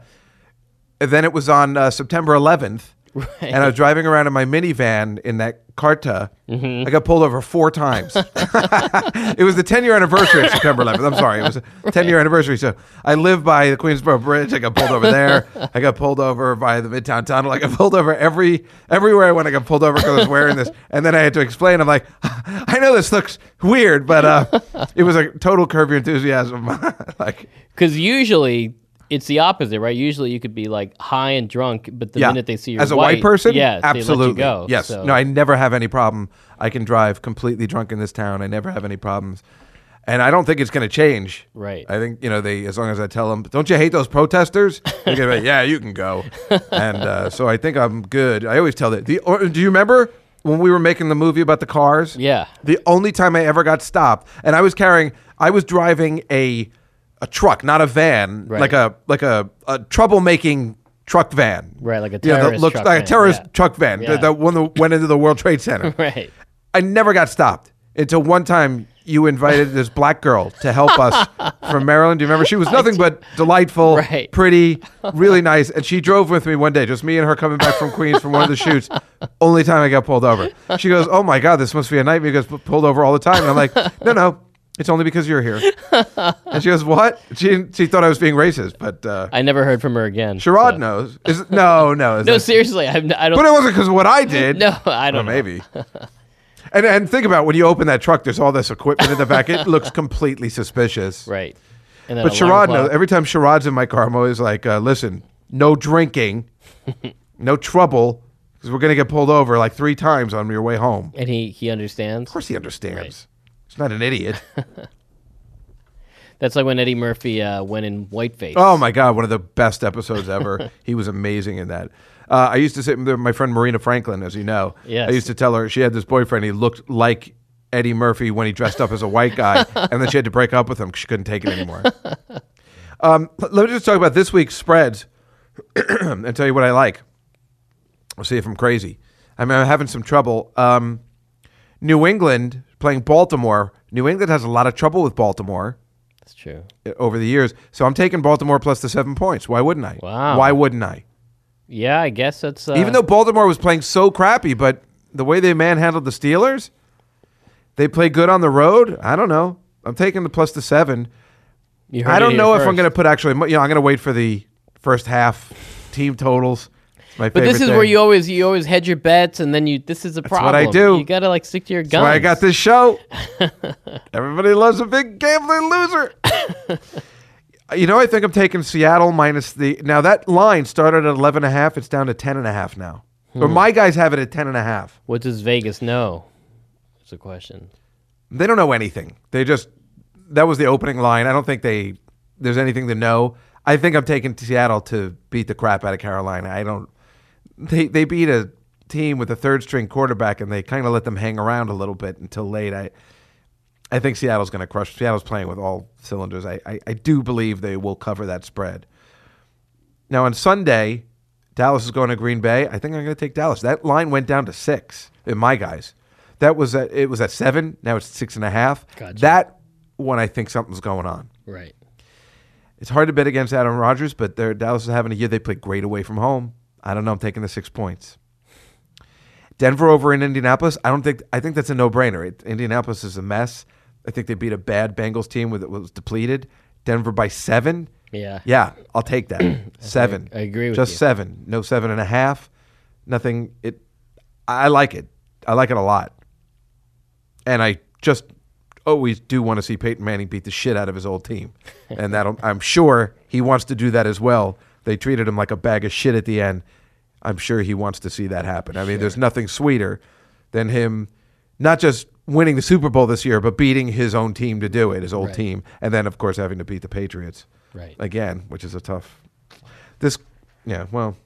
B: then it was on uh, September 11th.
C: Right.
B: And I was driving around in my minivan in that Carta.
C: Mm-hmm.
B: I got pulled over four times. it was the 10 year anniversary of September 11th. I'm sorry. It was a 10 year anniversary. So I live by the Queensboro Bridge. I got pulled over there. I got pulled over by the Midtown Tunnel. I got pulled over every everywhere I went. I got pulled over because I was wearing this. And then I had to explain. I'm like, I know this looks weird, but uh, it was a total curb your enthusiasm. like,
C: Because usually it's the opposite, right? Usually you could be like high and drunk, but the
B: yeah.
C: minute they see you
B: as a white, person,
C: yeah,
B: absolutely.
C: they let you go.
B: Yes,
C: So-
B: no, I never have any problem. I can drive completely drunk in this town. I never have any problems, and I don't think it's going to change.
C: Right.
B: I think you know they as long as I tell them, don't you hate those protesters? They're gonna be like, yeah, you can go. And uh, so I think I'm good. I always tell that. The or, do you remember? When we were making the movie about the cars,
C: Yeah.
B: the only time I ever got stopped, and I was carrying, I was driving a, a truck, not a van,
C: Right.
B: like a like a, a troublemaking truck van,
C: Right, like a
B: yeah, that
C: terrorist
B: looks
C: truck
B: like
C: van,
B: a terrorist
C: yeah.
B: truck van
C: Yeah.
B: that, that one that went into the World Trade Center.
C: right.
B: I never got stopped until one time you invited this black girl to help us from Maryland. Do you remember? She was nothing but delightful,
C: Right.
B: pretty, really nice, and she drove with me one day, just me and her coming back from Queens from one of the shoots. Only time I got pulled over. She goes, "Oh my God, this must be a nightmare." You guys pulled over all the time, and I'm like, "No, no." It's only because you're here. And she goes, What? She, didn't- she thought I was being racist, but uh,
C: I never heard from her again.
B: Sherrod
C: so-
B: knows. Is, it- no, no. is
C: No,
B: it-
C: seriously, I'm, I don't.
B: but it wasn't because of what I did.
C: No, I don't know.
B: maybe. and and think about when you open that truck, there's all this equipment in the back. It looks completely suspicious.
C: right. And then
B: But Sherrod
C: alarm
B: knows.
C: clock-
B: Every time Sherrod's in my car, I'm always like, uh, "Listen, no drinking, no trouble, because we're gonna get pulled over like three times on your way home." Of
C: and he he understands.
B: course, he understands. He's not an idiot.
C: That's like when Eddie Murphy uh, went in whiteface.
B: Oh my God, one of the best episodes ever. he was amazing in that. Uh, I used to say my friend Marina Franklin, as you know.
C: Yes.
B: I used to tell her she had this boyfriend. He looked like Eddie Murphy when he dressed up as a white guy, and then she had to break up with him because she couldn't take it anymore. um, l- let me just talk about this week's spreads and tell you what I like. We'll see if I'm crazy. I mean, I'm having some trouble. Um, New England playing Baltimore. New England has a lot of trouble with Baltimore
C: That's true.
B: over the years. So I'm taking Baltimore plus the seven points. Why wouldn't I?
C: Wow.
B: Why wouldn't I?
C: Yeah, I guess that's uh,
B: Even though Baltimore was playing so crappy, but the way they manhandled the Steelers, they play good on the road. I don't know. I'm taking the plus the seven.
C: you heard
B: I
C: it
B: don't
C: here
B: know if
C: first.
B: I'm going to put actually. You know, I'm going to wait for the first half team totals. It's my
C: But
B: favorite
C: this is
B: thing.
C: where you always you always hedge your bets, and then you this is a problem.
B: what I do.
C: You gotta like stick to your guns.
B: That's why I got this show. Everybody loves a big gambling loser. you know, I think I'm taking Seattle minus the. Now that line started at 11 and a half. It's down to 10 and a half now. But my guys have it at 10 and a half.
C: What does Vegas know? It's a question.
B: They don't know anything. They just that was the opening line. I don't think they there's anything to know. I think I'm taking Seattle to beat the crap out of Carolina. I don't. They they beat a team with a third string quarterback and they kind of let them hang around a little bit until late. I I think Seattle's going to crush. Seattle's playing with all cylinders. I, I I do believe they will cover that spread. Now on Sunday, Dallas is going to Green Bay. I think I'm going to take Dallas. That line went down to six in my guys. That was at, it was at seven. Now it's six and a half.
C: Gotcha.
B: That one I think something's going on.
C: Right.
B: It's hard to bet against Adam Rodgers, but they're, Dallas is having a year. They play great away from home. I don't know. I'm taking the six points. Denver over in Indianapolis. I don't think. I think that's a no-brainer. It, Indianapolis is a mess. I think they beat a bad Bengals team with that was depleted. Denver by seven.
C: Yeah.
B: Yeah, I'll take that. seven.
C: I agree with
B: Just
C: you.
B: seven. No seven and a half. Nothing. It. I like it. I like it a lot. And I just always do want to see Peyton Manning beat the shit out of his old team, and that will I'm sure he wants to do that as well. They treated him like a bag of shit at the end. I'm sure he wants to see that happen. I mean, there's nothing sweeter than him not just winning the Super Bowl this year, but beating his own team to do it, his old
C: Right.
B: team, and then of course having to beat the Patriots
C: Right.
B: again, which is a tough. This, yeah, well.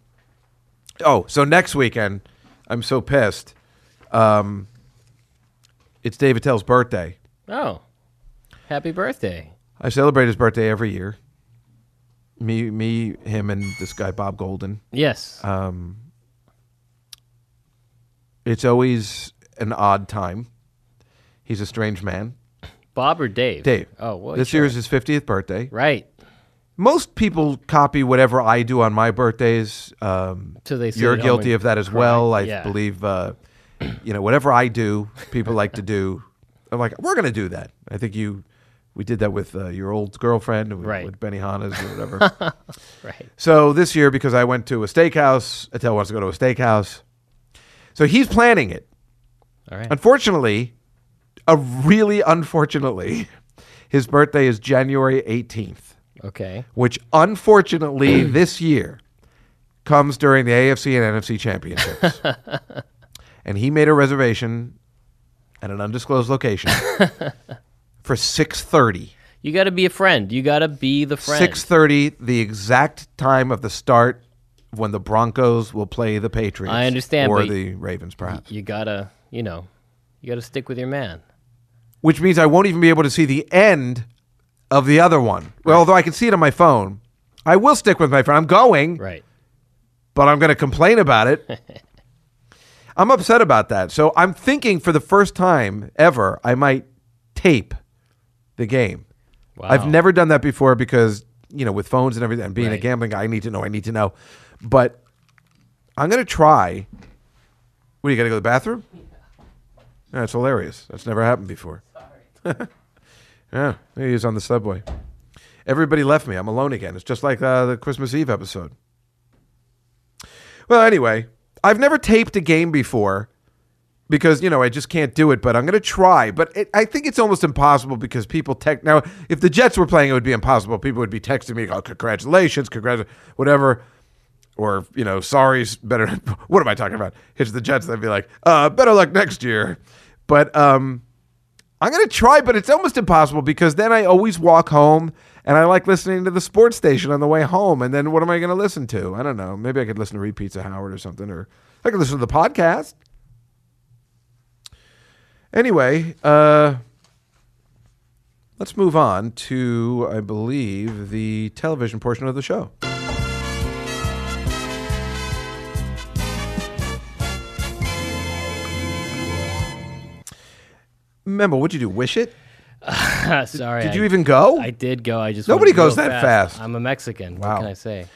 B: Oh, so next weekend, I'm so pissed. Um, it's David Tell's birthday.
C: Oh. Happy birthday.
B: I celebrate his birthday every year. Me, me, him, and this guy Bob Golden.
C: Yes.
B: Uh, It's always an odd time. He's a strange man.
C: Bob or Dave?
B: Dave.
C: Oh, well.
B: this
C: sure.
B: year is his 50th birthday.
C: Right.
B: Most people copy whatever I do on my birthdays. Um,
C: So they "Oh, sit
B: you're
C: at home
B: guilty
C: and
B: of that as
C: cry.
B: well. I
C: Yeah.
B: believe, uh, you know, whatever I do, people like to do. I'm like, we're going to do that. I think you, we did that with uh, your old girlfriend, and we-
C: Right.
B: with Benny Hanna's or whatever.
C: Right.
B: So this year, because I went to a steakhouse, Attell wants to go to a steakhouse. So he's planning it.
C: All right.
B: Unfortunately, a really unfortunately, his birthday is January 18th,
C: Okay.
B: which unfortunately this year comes during the AFC and NFC championships. and he made a reservation at an undisclosed location for 6:30.
C: You got to be a friend. You got to be the friend.
B: Six thirty, the exact time of the start when the Broncos will play the Patriots.
C: I understand,
B: or
C: but-
B: the Ravens, perhaps.
C: You got to, you know, you got to stick with your man.
B: Which means I won't even be able to see the end of the other one. Well, although I can see it on my phone, I will stick with my phone. I'm going,
C: Right.
B: but I'm going to complain about it. I'm upset about that. So I'm thinking for the first time ever, I might tape the game.
C: Wow.
B: I've never done that before because you know with phones and everything and being a
C: Right.
B: gambling guy, I need to know. I need to know. But I'm gonna try. What you gotta go to the bathroom? That's hilarious. That's never happened before. yeah, he was on the subway. Everybody left me. I'm alone again. It's just like uh, the Christmas Eve episode. Well, anyway, I've never taped a game before because you know I just can't do it. But I'm going to try. But it, I think it's almost impossible because people text now. If the Jets were playing, it would be impossible. People would be texting me, "Oh, congratulations, congratulations, whatever." Or you know, sorry's better. what am I talking about? It's the Jets. They'd be like, "Uh, better luck next year." But um, I'm going to try, but it's almost impossible because then I always walk home and I like listening to the sports station on the way home. And then what am I going to listen to? I don't know. Maybe I could listen to repeats of Howard or something, or I could listen to the podcast. Anyway, uh, let's move on to, I believe, the television portion of the show. Remember, what'd you do? Wish it?
C: Sorry.
B: Did
C: I-
B: you even go?
C: I did go. I just
B: Nobody
C: went real
B: goes that fast.
C: I'm a Mexican.
B: Wow.
C: What can I say?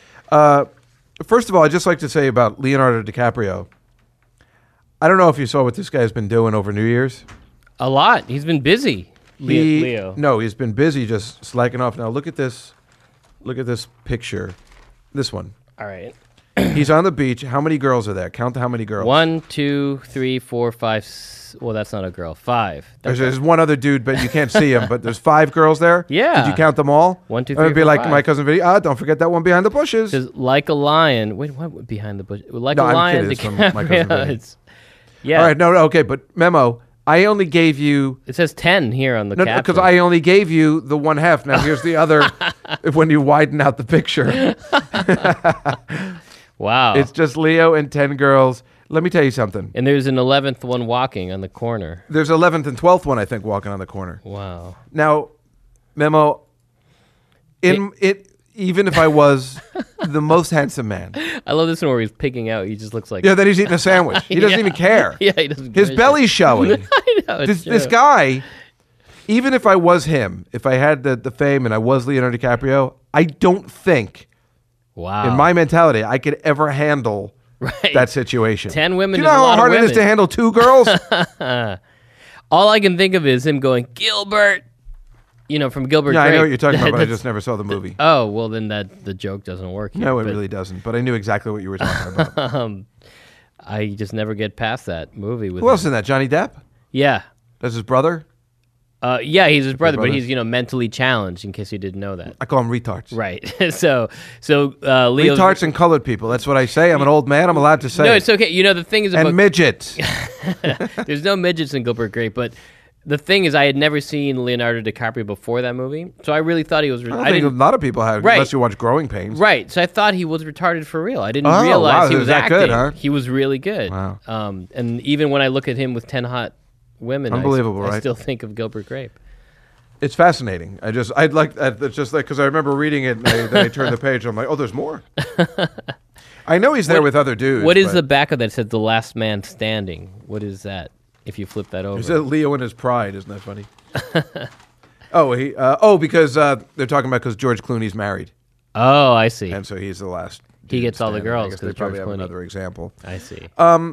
B: First of all, I'd just like to say about Leonardo DiCaprio. I don't know if you saw what this guy's been doing over New Year's.
C: A lot. He's been busy. Le-
B: He-
C: Leo.
B: No, he's been busy just slacking off. Now look at this look at this picture. This one.
C: All right.
B: he's on the beach. How many girls are there? Count how many girls.
C: One, two, three, four, five. s- Well, that's not a girl. Five.
B: There's, there's one other dude, but you can't see him. But there's five girls there.
C: Yeah.
B: Did you count them all?
C: One, two,
B: It would
C: three,
B: be
C: four,
B: like
C: five.
B: my cousin video. Ah, don't forget that one behind the bushes.
C: Because like a lion. Wait, what? Behind the bush. Like
B: No,
C: a
B: I'm
C: lion.
B: kidding. It's from My Cousin
C: DiCaprio.
B: Vinny.
C: It's- yeah.
B: All right. No, no. Okay, but memo. I only gave you
C: It says ten here on the
B: No,
C: caption.
B: because I only gave you the one half. Now here's the other. if- when you widen out the picture,
C: Wow.
B: it's just Leo and ten girls. Let me tell you something.
C: and there's an eleventh one walking on the corner.
B: There's eleventh and twelfth one I think walking on the corner.
C: Wow.
B: Now, memo. In it, even if I was the most handsome man.
C: I love this one where he's picking out. He just looks like
B: Yeah, then he's eating a sandwich. He doesn't even care.
C: Yeah, he doesn't. give
B: His
C: a shit.
B: belly's showing.
C: I know, it's
B: this, this
C: true.
B: guy, even if I was him, if I had the, the fame and I was Leonardo DiCaprio, I don't think
C: Wow.
B: in my mentality I could ever handle
C: Oh. Right.
B: that situation.
C: 10 women
B: Do you know
C: is a
B: how
C: lot of
B: hard it is
C: women.
B: to handle two girls? yeah,
C: All I can think of is him going Gilbert. You know, from Gilbert.
B: I know
C: Grape.
B: what you're talking about, but I
C: That's-
B: just never saw the movie.
C: Oh well, then that the joke doesn't work. Here,
B: no, it
C: but
B: really doesn't. But I knew exactly what you were talking about.
C: I just never get past that movie with.
B: Who else
C: him.
B: in that? Johnny Depp?
C: Yeah,
B: That's his brother.
C: uh, yeah, he's his brother, but
B: brother?
C: he's you know mentally challenged. In case you didn't know that,
B: I call him retards.
C: right? so, so uh, Leo.
B: Retards and colored people. That's what I say. I'm an old man. I'm allowed to say.
C: No,
B: it.
C: it's okay. You know the thing is about
B: and midgets.
C: There's no midgets in Gilbert Grape, but the thing is, I had never seen Leonardo DiCaprio before that movie, so I really thought he
B: I
C: was. I
B: think a
C: didn't,
B: lot of people have,
C: Right.
B: unless you watch Growing Pains.
C: right, so I thought he was retarded for real. I didn't
B: Oh,
C: realize
B: wow,
C: he
B: he
C: was,
B: was that
C: acting.
B: good, huh?
C: He was really good.
B: Wow.
C: Um, and even when I look at him with ten hot women, I s-
B: Unbelievable,
C: I,
B: right?
C: still think of Gilbert Grape.
B: It's fascinating. I just, I'd like, I- it's just like, because I remember reading it and I, then I turned the page and I'm like, oh, there's more. I know he's there with other dudes.
C: What is the
B: but-
C: back of that says "The Last Man Standing"? What is that? If you flip that over,
B: Is that Leo and his pride? Isn't that funny? oh, he, uh, oh, because uh, they're talking about because George Clooney's married.
C: oh, I see.
B: And so he's the last.
C: He
B: dude
C: gets all the
B: standing.
C: girls
B: I guess
C: 'cause
B: they
C: of
B: probably
C: George
B: have
C: Clooney.
B: another example.
C: I see.
B: uh,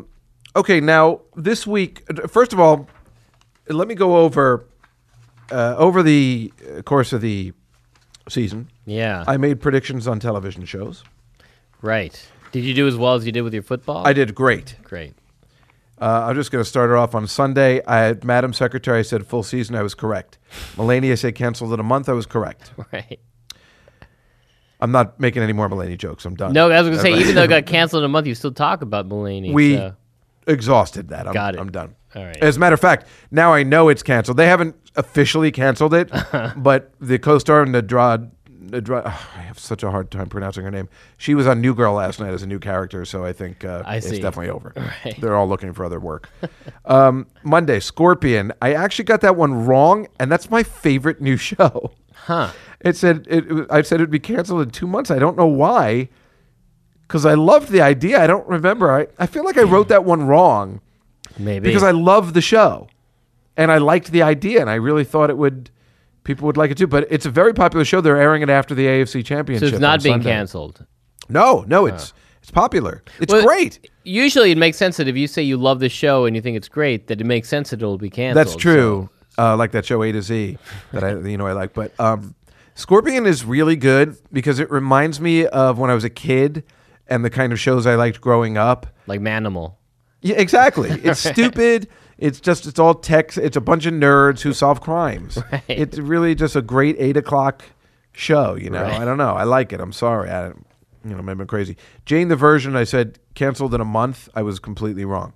B: Okay, now this week, first of all, let me go over uh, over the uh, course of the season.
C: yeah,
B: I made predictions on television shows.
C: right. Did you do as well as you did with your football?
B: I did great.
C: Great.
B: Uh, I'm just going to start her off on Sunday. I, Madam Secretary said full season. I was correct. Melania said canceled in a month. I was correct.
C: Right.
B: I'm not making any more Melania jokes. I'm done.
C: No, I was gonna say, even though it got canceled in a month, you still talk about Mulaney.
B: we
C: so-
B: exhausted that. I'm,
C: Got it.
B: I'm done.
C: All right.
B: As a matter of fact, now I know it's canceled. They haven't officially canceled it, but the co-star Nadrad, Nadrad, I have such a hard time pronouncing her name. She was on New Girl last night as a new character, so I think uh,
C: I
B: it's
C: see.
B: definitely over.
C: Right.
B: They're all looking for other work. um, Monday, Scorpion. I actually got that one wrong, and that's my favorite new show. Huh? It said it. it- I said it'd be canceled in two months. I don't know why because I loved the idea. I don't remember. I, I feel like I wrote that one wrong
C: maybe
B: because I love the show and I liked the idea and I really thought it would people would like it too. But it's a very popular show. They're airing it after the AFC
C: so
B: Championship.
C: it's not
B: on
C: being
B: Sunday.
C: canceled.
B: No, no, it's it's popular. It's
C: Well,
B: great.
C: Usually, it makes sense that if you say you love the show and you think it's great, that it makes sense that it'll be canceled.
B: That's true. Uh, like that show A to Z that I you know I like. But um, Scorpion is really good because it reminds me of when I was a kid and the kind of shows I liked growing up.
C: So, like Manimal.
B: Yeah, exactly. It's stupid. It's just it's all tech. It's a bunch of nerds who solve crimes. It's really just a great eight o'clock show. You know,
C: Right.
B: I don't know. I like it. I'm sorry. I, you know, maybe I'm crazy. Jane the version I said canceled in a month. I was completely wrong,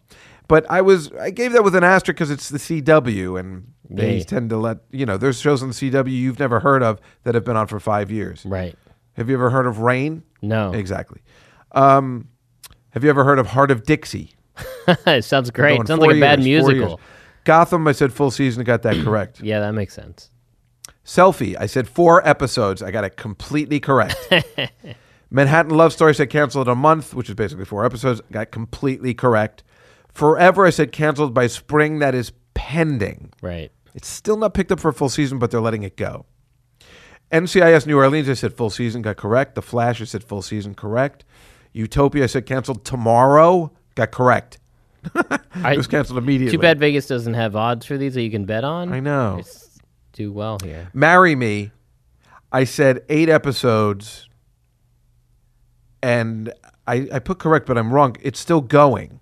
B: but I was I gave that with an asterisk because it's the CW and they
C: Yeah.
B: tend to let you know there's shows on the CW you've never heard of that have been on for five years.
C: Right.
B: Have you ever heard of Rain?
C: No.
B: Exactly. Um, have you ever heard of Heart of Dixie?
C: it sounds great.
B: going
C: Sounds like
B: four
C: a bad
B: years, four
C: musical.
B: years. Gotham, I said full season, got that correct.
C: Yeah, that makes sense.
B: Selfie, I said four episodes, I got it completely correct. Manhattan Love Story I said canceled in a month, which is basically four episodes, got completely correct. Forever, I said canceled by spring, that is pending.
C: Right.
B: It's still not picked up for a full season, but they're letting it go. NCIS New Orleans, I said full season, got correct. The Flash, I said full season, correct. Utopia, I said canceled tomorrow, got correct.
C: I,
B: It was canceled immediately.
C: too bad Vegas doesn't have odds for these that you can bet on.
B: I know.
C: It's do well here.
B: Marry Me, I said eight episodes, and I, I put correct, but I'm wrong. It's still going,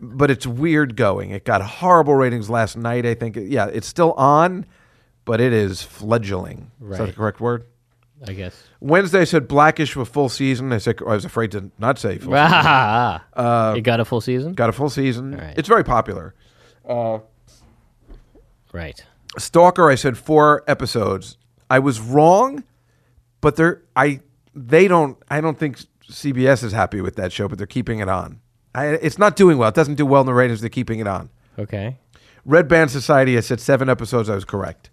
B: but it's weird going. It got horrible ratings last night, I think. Yeah, it's still on, but it is fledgling. Is that the
C: Right.
B: correct word?
C: I guess.
B: Wednesday, I said Blackish with full season. I said I was afraid to not say full season.
C: uh, it got a full season.
B: Got a full season.
C: right.
B: It's very popular.
C: right.
B: Stalker, I said four episodes. I was wrong, but they're I they don't I don't think CBS is happy with that show, but they're keeping it on. I, it's not doing well. It doesn't do well in the ratings. They're keeping it on.
C: Okay.
B: Red Band Society, I said seven episodes. I was correct.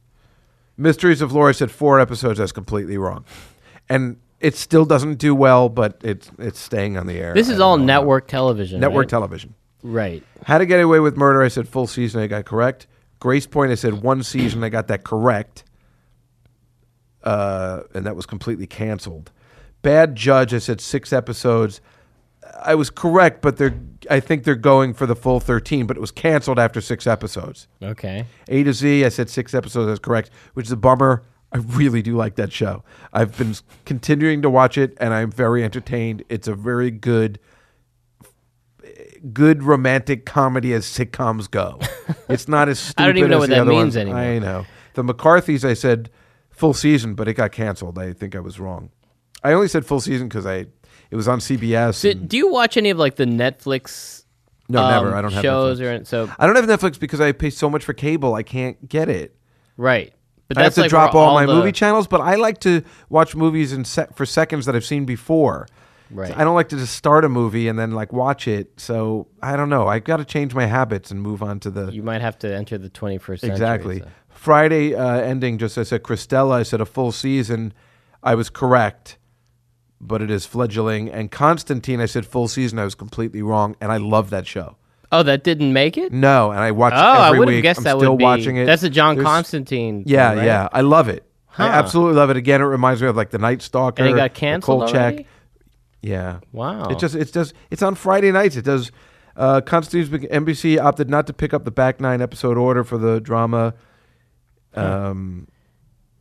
B: Mysteries of Laura I said four episodes. I was completely wrong. And It still doesn't do well, but it's it's staying on the air.
C: This is
B: I
C: all
B: don't know.
C: network television.
B: network
C: right?
B: television.
C: Right.
B: How to Get Away with Murder, I said full season, I got correct. Grace Point, I said one season, I got that correct. Uh, and that was completely canceled. Bad Judge, I said six episodes. I was correct, but they're I think they're going for the full 13, but it was canceled after six episodes.
C: Okay.
B: A to Z, I said six episodes, that's correct, which is a bummer. I really do like that show. I've been s- continuing to watch it, and I'm very entertained. It's a very good good romantic comedy as sitcoms go. It's not as stupid.
C: I don't even know
B: as
C: what
B: the
C: that
B: other
C: means
B: ones.
C: anymore.
B: I know the McCarthy's. I said full season, but it got canceled. I think I was wrong. I only said full season because I it was on CBS.
C: Do,
B: and-
C: do you watch any of like the Netflix?
B: no,
C: um,
B: never. I don't have
C: shows
B: Netflix.
C: or so.
B: I don't have Netflix because I pay so much for cable. I can't get it.
C: Right. But
B: I have to
C: like
B: drop
C: where
B: all, my
C: the-
B: movie channels, but I like to watch movies in set for seconds that I've seen before.
C: Right.
B: I don't like to just start a movie and then like watch it. So I don't know. I've got to change my habits and move on to the
C: You might have to enter the 21st century.
B: Exactly.
C: so.
B: Friday uh, ending, just as I said, Christella, I said a full season. I was correct, but it is fledgling. And Constantine, I said full season. I was completely wrong, and I love that show.
C: Oh, that didn't make it.
B: No, and I watch
C: Oh,
B: it Mm. every
C: I would have
B: week.
C: guessed
B: I'm
C: that
B: still
C: would be.
B: watching it.
C: That's a John
B: There's-
C: Constantine. thing,
B: Yeah,
C: right?
B: yeah. I love it. I
C: Huh.
B: absolutely love it. Again, it reminds me of like the Night Stalker.
C: And it
B: the
C: got canceled
B: Kolchak.
C: already?
B: Yeah.
C: Wow.
B: It just it does it's on Friday nights. It does. Uh, Constantine's Big- NBC opted not to pick up the back nine episode order for the drama, um,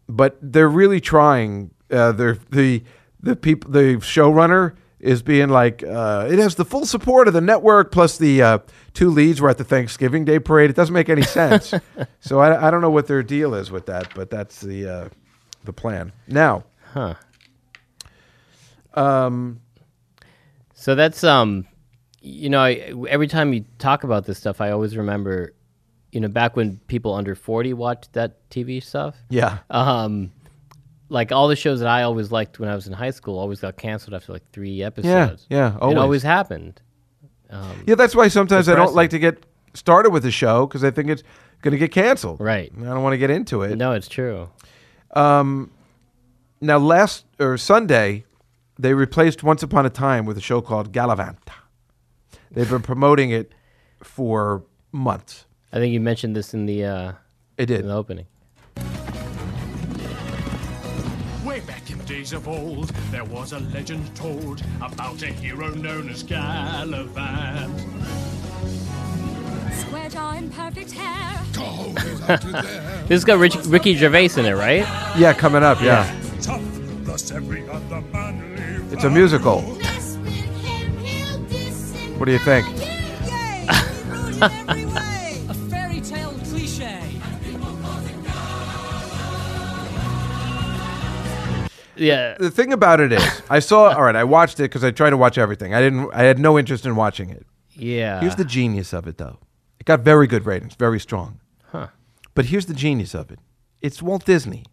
B: but they're really trying. Uh, they're the the people the showrunner is being like uh, it has the full support of the network plus the uh, two leads were at the Thanksgiving Day parade. It doesn't make any sense. so I, I don't know what their deal is with that, but that's the uh, the plan now.
C: Huh. Um. So that's um, you know, I, every time you talk about this stuff, I always remember, you know, back when people under forty watched that TV stuff.
B: Yeah,
C: Um, like all the shows that I always liked when I was in high school always got canceled after like three episodes.
B: yeah, always.
C: It always happened.
B: Yeah, that's why sometimes I don't
C: Depressing.
B: like to get started with a show because I think it's going to get canceled.
C: Right.
B: I don't want to get into it.
C: No, it's true.
B: Now, last or Sunday, they replaced Once Upon a Time with a show called Galavant. They've been promoting it for months.
C: I think you mentioned this in the uh,
B: It
C: in
B: did.
C: the opening.
E: Way back in days of old, there was a legend told about a hero known as Galavant.
F: Square jaw and perfect hair.
C: This has got Rich, Ricky Gervais in it, right?
B: Yeah, coming up. Yeah.
E: Tough, thus every other man
B: It's a musical.
F: Mess with him, he'll
B: What do you think?
F: A fairy tale cliche.
C: Yeah.
B: The thing about it is, I saw, all right, I watched it because I tried to watch everything. I didn't, I had no interest in watching it.
C: Yeah.
B: Here's the genius of it, though. It got very good ratings, very strong.
C: Huh.
B: But here's the genius of it it's Walt Disney.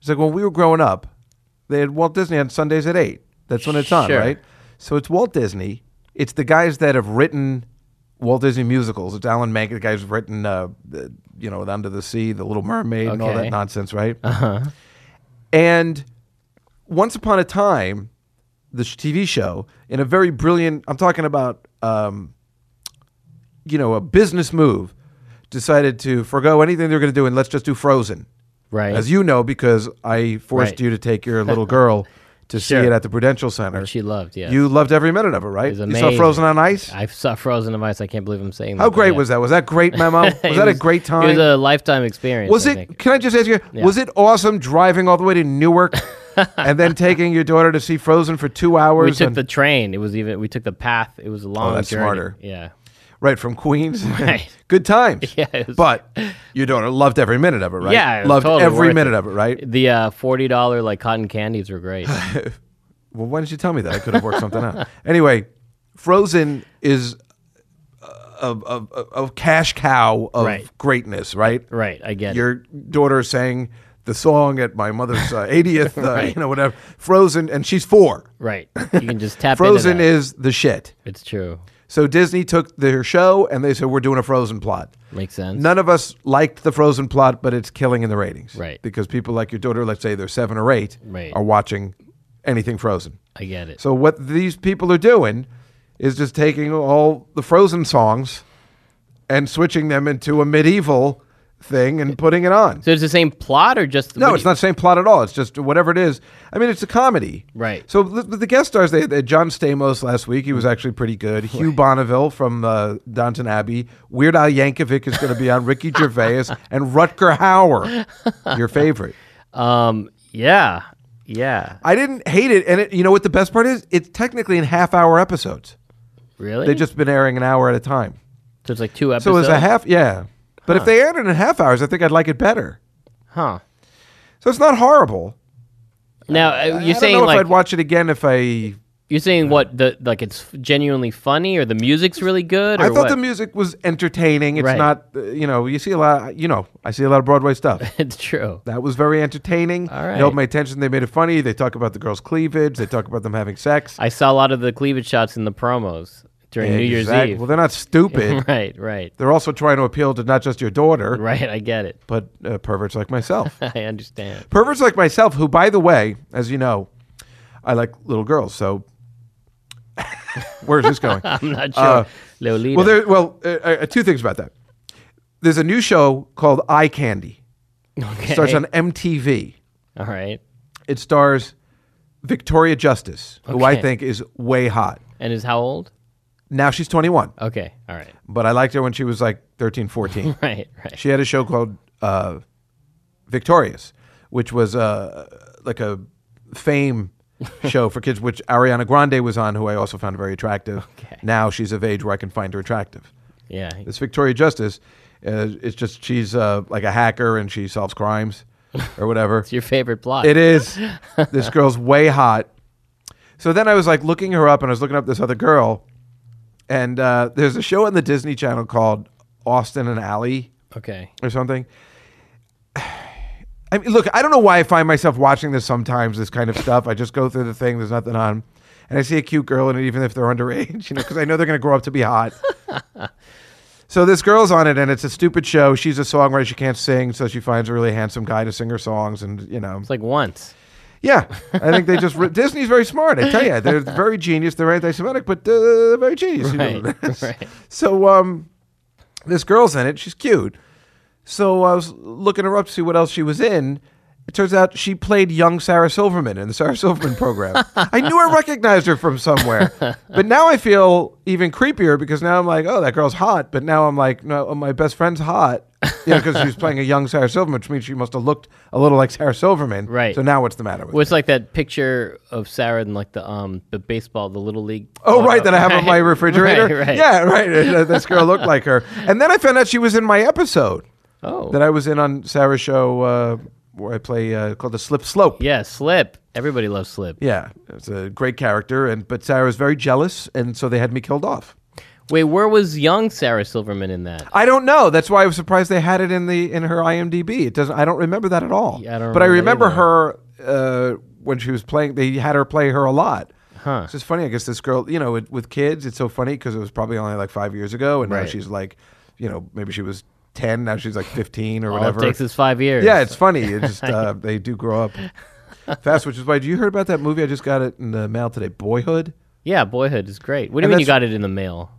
B: It's like when we were growing up, they had Walt Disney on Sundays at 8. That's when it's on,
C: Sure.
B: right? So it's Walt Disney. It's the guys that have written Walt Disney musicals. It's Alan Menken, the guy who's written, uh, the, you know, Under the Sea, The Little Mermaid, and all
C: Okay. Uh-huh.
B: that nonsense, right? Uh huh. And once upon a time, the sh- TV show, in a very brilliant, I'm talking about, um, you know, a business move, decided to forego anything they're going to do and let's just do Frozen.
C: Right.
B: As you know, because I forced
C: Right.
B: you to take your little girl to
C: Sure.
B: see it at the Prudential Center.
C: Which she loved, yes.
B: You loved every minute of it, right?
C: It was
B: you saw
C: amazing.
B: Frozen on Ice?
C: I saw Frozen of Ice. I can't believe I'm saying that.
B: How great was that? Was that great, Memo? Was that a great time?
C: It was a lifetime experience.
B: Was
C: I
B: it?
C: think.
B: Can I just ask you?
C: Yeah.
B: Was it awesome driving all the way to Newark and then taking your daughter to see Frozen for two hours?
C: We took
B: and-
C: the train. It was even. We took the path. It was a long
B: Oh, that's
C: journey.
B: smarter.
C: Yeah.
B: right from Queens.
C: Right.
B: Good times.
C: Yeah, it was-
B: But your daughter loved every minute of it, right?
C: Yeah. it was
B: loved
C: totally
B: every
C: worth
B: minute of it, right?
C: The uh, forty dollar like cotton candies were great.
B: Well, why didn't you tell me that? I could have worked something out. Anyway, Frozen is a, a, a, a cash cow of
C: Right.
B: greatness, right?
C: right. I get it.
B: your daughter sang the song at my mother's uh, 80th, uh,
C: Right.
B: you know, whatever. Frozen, and she's four.
C: Right. You can just tap
B: Frozen
C: into that.
B: is the shit.
C: It's true.
B: So Disney took their show and they said, we're doing a Frozen plot.
C: Makes sense.
B: None of us liked the Frozen plot, but it's killing in the ratings.
C: Right.
B: Because people like your daughter, let's say they're seven or eight,
C: Right.
B: are watching anything frozen.
C: I get it.
B: So what these people are doing is just taking all the Frozen songs and switching them into a medieval thing and putting it on.
C: So it's the same plot or just
B: No,
C: what
B: it's
C: do you-
B: not the same plot at all. It's just whatever it is. I mean, it's a comedy.
C: Right. Mm-hmm.
B: So the, the guest stars, they, they John Stamos last week. He was actually pretty good. Hugh Bonneville from uh, Downton Abbey. Weird Al Yankovic is going to be on. Ricky Gervais and Rutger Hauer, your favorite.
C: Um. Yeah. Yeah.
B: I didn't hate it. And it, you know what the best part is? It's technically in half hour episodes.
C: Really?
B: They've just been airing an hour at a time.
C: so it's like two episodes.
B: So it's a half, yeah. But if they aired it in half hours, I think I'd like it better.
C: Huh.
B: So it's not horrible.
C: Now uh,
B: I
C: you're
B: don't
C: saying
B: know if
C: like
B: I'd watch it again if I
C: you're saying what the like it's genuinely funny or the music's really good or
B: I thought
C: what?
B: the music was entertaining. It's
C: Right.
B: not, uh, you know, you see a lot, you know, I see a lot of Broadway stuff.
C: it's true.
B: That was very entertaining.
C: All
B: It
C: right.
B: held my attention. They made it funny. They talk about the girls' cleavage. They talk about them having sex.
C: I saw a lot of the cleavage shots in the promos during New Year's
B: Exact-
C: Eve.
B: Well, they're not stupid.
C: right. Right.
B: They're also trying to appeal to not just your daughter,
C: Right. I get it.
B: but uh, perverts like myself.
C: I understand.
B: perverts like myself, who, by the way, as you know, I like little girls. So where's this going?
C: I'm not sure. Lolita.
B: Uh, Well, there. Well, uh, uh, two things about that. There's a new show called Eye Candy.
C: okay.
B: starts on MTV.
C: All right.
B: It stars Victoria Justice, who I
C: Okay.
B: think is way hot.
C: And is how old?
B: Now she's 21,
C: Okay. All right.
B: but I liked her when she was like 13, 14.
C: Right. Right.
B: she had a show called uh, Victorious, which was uh, like a fame show for kids, which Ariana Grande was on, who I also found very attractive.
C: Okay.
B: Now she's of age where I can find her attractive.
C: Yeah.
B: This Victoria Justice, uh, it's just she's uh, like a hacker and she solves crimes or whatever.
C: It's your favorite plot.
B: It is. this girl's way hot. So then I was like looking her up, and I was looking up this other girl, and uh, there's a show on the Disney Channel called Austin and Alley
C: Okay.
B: or something. I mean, look, I don't know why I find myself watching this sometimes. This kind of stuff, I just go through the thing. There's nothing on, and I see a cute girl in it, even if they're underage, you know, because I know they're going to grow up to be hot. so this girl's on it, and it's a stupid show. She's a songwriter; she can't sing, so she finds a really handsome guy to sing her songs, and you know,
C: It's like once.
B: yeah, I think they just re- Disney's very smart. I tell you, they're very genius. They're anti-Semitic, but uh, they're very genius. you know.
C: Right, right.
B: So um, this girl's in it. She's cute. So I was looking her up to see what else she was in. It turns out she played young Sarah Silverman in the Sarah Silverman program. I knew I recognized her from somewhere, but now I feel even creepier because now I'm like, oh, that girl's hot. But now I'm like, no, my best friend's hot. Yeah, because she's playing a young Sarah Silverman, which means she must have looked a little like Sarah Silverman.
C: Right.
B: So now what's the matter with
C: Well, it's like that picture of Sarah in like the um the baseball, the little league.
B: Oh,
C: logo,
B: right, that I have on my refrigerator.
C: Right, right.
B: Yeah, right. Uh, This girl looked like her. And then I found out she was in my episode
C: Oh.
B: that I was in on Sarah's show uh, where I play uh, called The Slip Slope.
C: yeah. Slip. Everybody loves Slip.
B: Yeah, it's a great character. and But Sarah was very jealous, and so they had me killed off.
C: Wait, where was young Sarah Silverman in that?
B: I don't know. That's why I was surprised they had it in the in her IMDb. It doesn't. I don't remember that at all.
C: Yeah, I don't
B: but I remember
C: remember
B: her uh, when she was playing. They had her play her a lot. Huh. It's just funny. I guess this girl, you know, with, with kids, it's so funny because it was probably only like five years ago, and now
C: Right.
B: she's like, you know, maybe she was ten. Now she's like fifteen or
C: All it
B: whatever.
C: Oh, takes is five years.
B: yeah, it's funny. It just uh, they do grow up fast, which is why. Do you heard about that movie? I just got it in the mail today. Boyhood.
C: yeah. Boyhood is great. What do
B: And
C: you mean you
B: that's-
C: got it in the mail?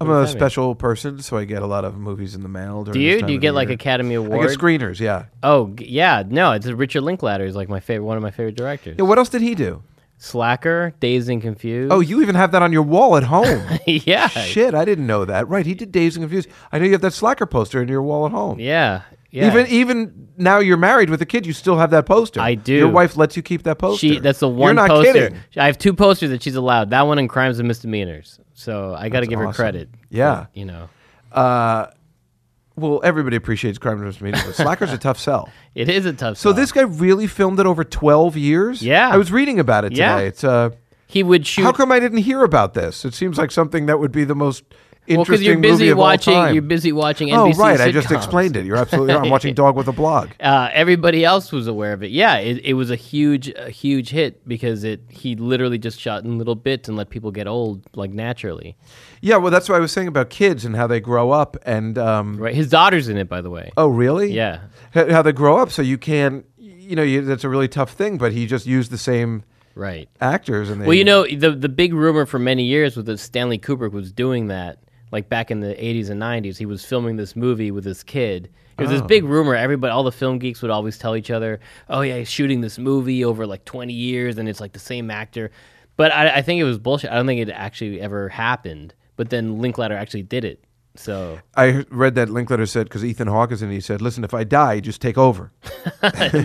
B: I'm
C: does
B: a
C: that mean?
B: special person, so I get a lot of movies in the mail.
C: Do you? Do you get like Academy
B: I
C: Award?
B: get screeners, yeah.
C: oh, g- yeah. No, it's Richard Linklater is like my favorite, one of my favorite directors.
B: Yeah, what else did he do?
C: Slacker, Dazed and Confused.
B: Oh, you even have that on your wall at home.
C: yeah,
B: Shit, I didn't know that. Right, he did Dazed and Confused. I know you have that slacker poster in your wall at home.
C: yeah, yeah.
B: Even e-, even now you're married with a kid, you still have that poster.
C: I do.
B: Your wife lets you keep that poster.
C: She that's the one
B: You're not
C: poster.
B: kidding.
C: I have two posters that she's allowed. That one and crimes and misdemeanors. So I got to
B: That's
C: give her
B: awesome.
C: credit.
B: Yeah.
C: you know,
B: Well, everybody appreciates crime and misdemeanor, but slacker's a tough sell.
C: it is a tough.
B: So
C: sell.
B: this guy really filmed it over 12 years?
C: Yeah.
B: I was reading about it today.
C: Yeah.
B: It's uh
C: he would shoot.
B: How come I didn't hear about this? It seems like something that would be the most
C: well, because
B: interesting
C: you're busy
B: movie of all
C: watching.
B: time.
C: You're busy watching.
B: Oh,
C: NBC
B: right. I just
C: sitcoms.
B: explained it. You're absolutely right. I'm watching Dog with a Blog.
C: Uh, everybody else was aware of it. Yeah, it, it was a huge, a huge hit because it he literally just shot in little bits and let people get old like naturally.
B: Yeah, well, that's what I was saying about kids and how they grow up. And, um,
C: Right, his daughter's in it, by the way.
B: oh, really?
C: Yeah.
B: H- How they grow up. So you can, you know, you, that's a really tough thing, but he just used the same
C: Right.
B: actors and they
C: Well, you know, the the big rumor for many years was that Stanley Kubrick was doing that. Like back in the 80s and 90s, he was filming this movie with his kid. It was this
B: Oh.
C: big rumor. Everybody, all the film geeks would always tell each other, "Oh yeah, he's shooting this movie over like 20 years, and it's like the same actor." But I, I think it was bullshit. I don't think it actually ever happened. But then Linklater actually did it. So
B: I read that Linkletter said because Ethan Hawke is in. it, He said, "Listen, if I die, just take over."
C: it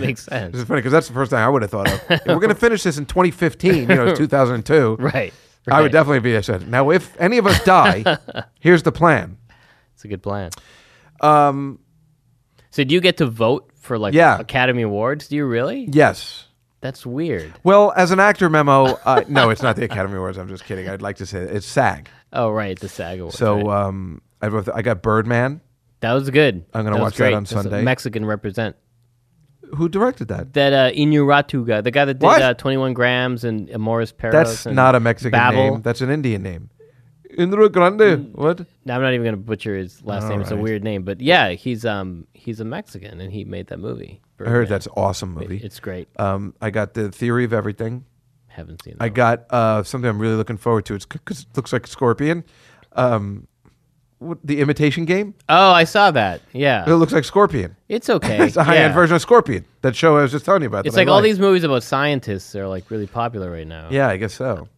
B: This
C: makes sense,
B: is funny because that's the first thing I would have thought of. If we're going to finish this in 2015. You know, it's 2002.
C: right?
B: I would
C: right.
B: definitely be upset. Now, if any of us die, here's the plan.
C: It's a good plan. so do you get to vote for like
B: Um, Yeah.
C: Academy Awards? Do you really?
B: Yes.
C: That's weird.
B: Well, as an actor memo, uh, no, it's not the Academy Awards. I'm just kidding. I'd like to say that. it's SAG.
C: Oh right, the SAG Awards.
B: So
C: right.
B: um, I wrote I got Birdman.
C: that was good.
B: I'm gonna
C: was
B: watch that
C: great.
B: on
C: That's a
B: Sunday.
C: Mexican represent
B: Who directed that?
C: that uh, Inuratu guy, the guy that did
B: What?
C: uh, 21 Grams and Amores Perros.
B: That's
C: and
B: not a Mexican
C: Babel. Mm.
B: name. That's an Indian name. Indra Grande. What?
C: No, I'm not even gonna butcher his last name. It's a
B: right.
C: weird name, but yeah, he's um he's a Mexican and he made that movie.
B: I heard
C: Birdman.
B: that's an awesome movie.
C: It's great.
B: um, I got the theory of everything.
C: Haven't seen. That
B: I got uh, something I'm really looking forward to. It's because it looks like Scorpion. Um, what, the Imitation Game.
C: Oh, I saw that. Yeah,
B: It looks like Scorpion.
C: it's okay.
B: It's a high end
C: Yeah.
B: version of Scorpion. That show I was just telling you about.
C: It's
B: that I
C: like all
B: liked.
C: these movies about scientists are like really popular right now.
B: Yeah, I guess so.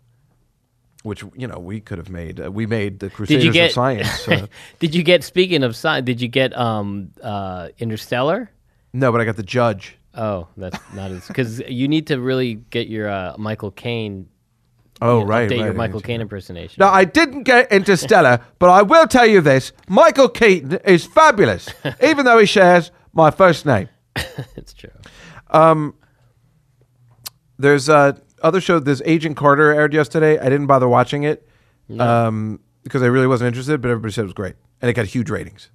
B: Which you know we could have made. Uh, we made the
C: Did
B: Crusaders
C: you get
B: of Science. so-
C: did you get speaking of science? Did you get um uh Interstellar?
B: no, but I got the Judge.
C: Oh, that's not as because you need to really get your uh, Michael Caine.
B: Oh
C: update
B: right, right.
C: your
B: I
C: Michael
B: got you.
C: Caine impersonation.
B: Now, I didn't get Interstellar, but I will tell you this Michael Keaton is fabulous, even though he shares my first name.
C: it's true.
B: There's uh, other show, there's Agent Carter aired yesterday. I didn't bother watching it um, because I really wasn't interested, but everybody said it was great. And it got huge ratings.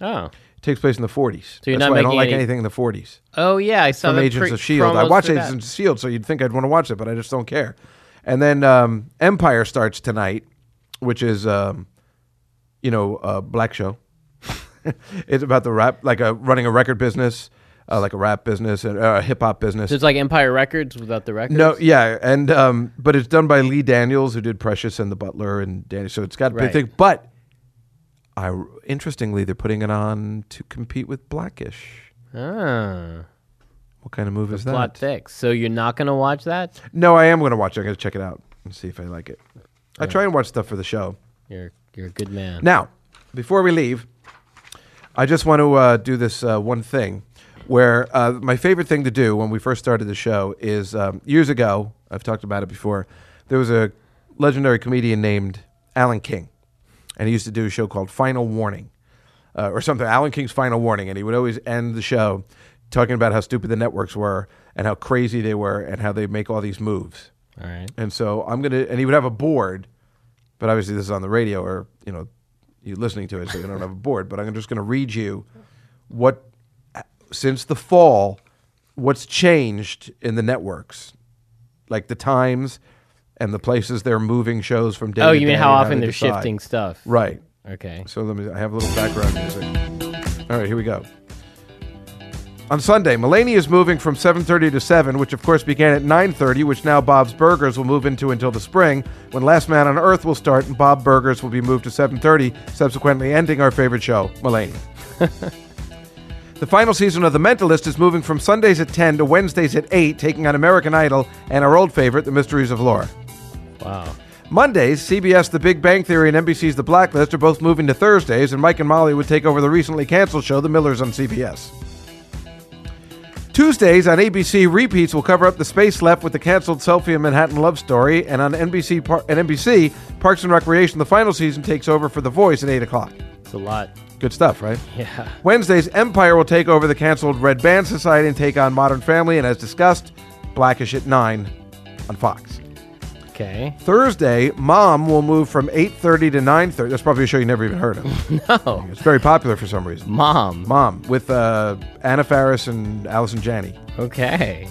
C: Oh,
B: It takes place in the 40s.
C: So you're
B: That's
C: not
B: why I don't
C: making
B: like
C: any-
B: anything in the 40s.
C: oh yeah, I saw
B: from
C: the
B: Agents
C: pre-
B: of Shield. I E
C: promos
B: watched
C: for
B: Agents
C: that.
B: of Shield, so you'd think I'd want to watch it, but I just don't care. And then um, Empire starts tonight, which is um, you know a black show. it's about the rap, like a running a record business, uh, like a rap business and uh, a hip hop business.
C: So it's like Empire Records without the records.
B: no, yeah, and um, but it's done by Lee Daniels, who did Precious and The Butler, and Danny. So it's got a big
C: Right.
B: thing. But I interestingly, they're putting it on to compete with Blackish.
C: Ah,
B: What kind of move is that?
C: plot thick. So you're not gonna watch that?
B: No, I am going to watch it. I'm going to check it out and see if I like it. I try and watch stuff for the show.
C: You're you're a good man.
B: Now, before we leave, I just want to uh, do this uh, one thing where uh, my favorite thing to do when we first started the show is um, years ago, I've talked about it before, there was a legendary comedian named Alan King, and he used to do a show called Final Warning uh, or something, Alan King's Final Warning, and he would always end the show talking about how stupid the networks were and how crazy they were and how they make all these moves.
C: All right.
B: And so I'm gonna, and he would have a board, but obviously this is on the radio or you know, you're listening to it, so you don't have a board. But I'm just gonna read you what since the fall, what's changed in the networks, like the times and the places they're moving shows from day.
C: Oh,
B: to
C: you
B: day
C: mean how
B: and
C: often
B: they
C: they're
B: decide.
C: shifting stuff?
B: Right.
C: Okay.
B: So let me. I have a little background music. All right, here we go. On Sunday, Mulaney is moving from 7:30 to 7, which of course began at 9:30, which now Bob's Burgers will move into until the spring, when Last Man on Earth will start, and Bob Burgers will be moved to 7:30, subsequently ending our favorite show, Mulaney. the final season of The Mentalist is moving from Sundays at 10 to Wednesdays at 8, taking on American Idol and our old favorite, The Mysteries of Laura.
C: Wow.
B: Mondays, CBS The Big Bang Theory and NBC's The Blacklist are both moving to Thursdays, and Mike and Molly would take over the recently canceled show The Millers on CBS. Tuesdays on ABC repeats will cover up the space left with the canceled Selfie and Manhattan Love Story, and on NBC par- and NBC Parks and Recreation, the final season takes over for The Voice at eight o'clock.
C: It's a lot.
B: Good stuff, right?
C: Yeah.
B: Wednesdays, Empire will take over the canceled Red Band Society and take on Modern Family, and as discussed, Blackish at nine on Fox.
C: Okay.
B: Thursday, Mom will move from 8:30 to 9:30. That's probably a show you never even heard of.
C: Oh,
B: it's very popular for some reason.
C: mom.
B: Mom with uh, Anna Faris and Allison Janney.
C: Okay.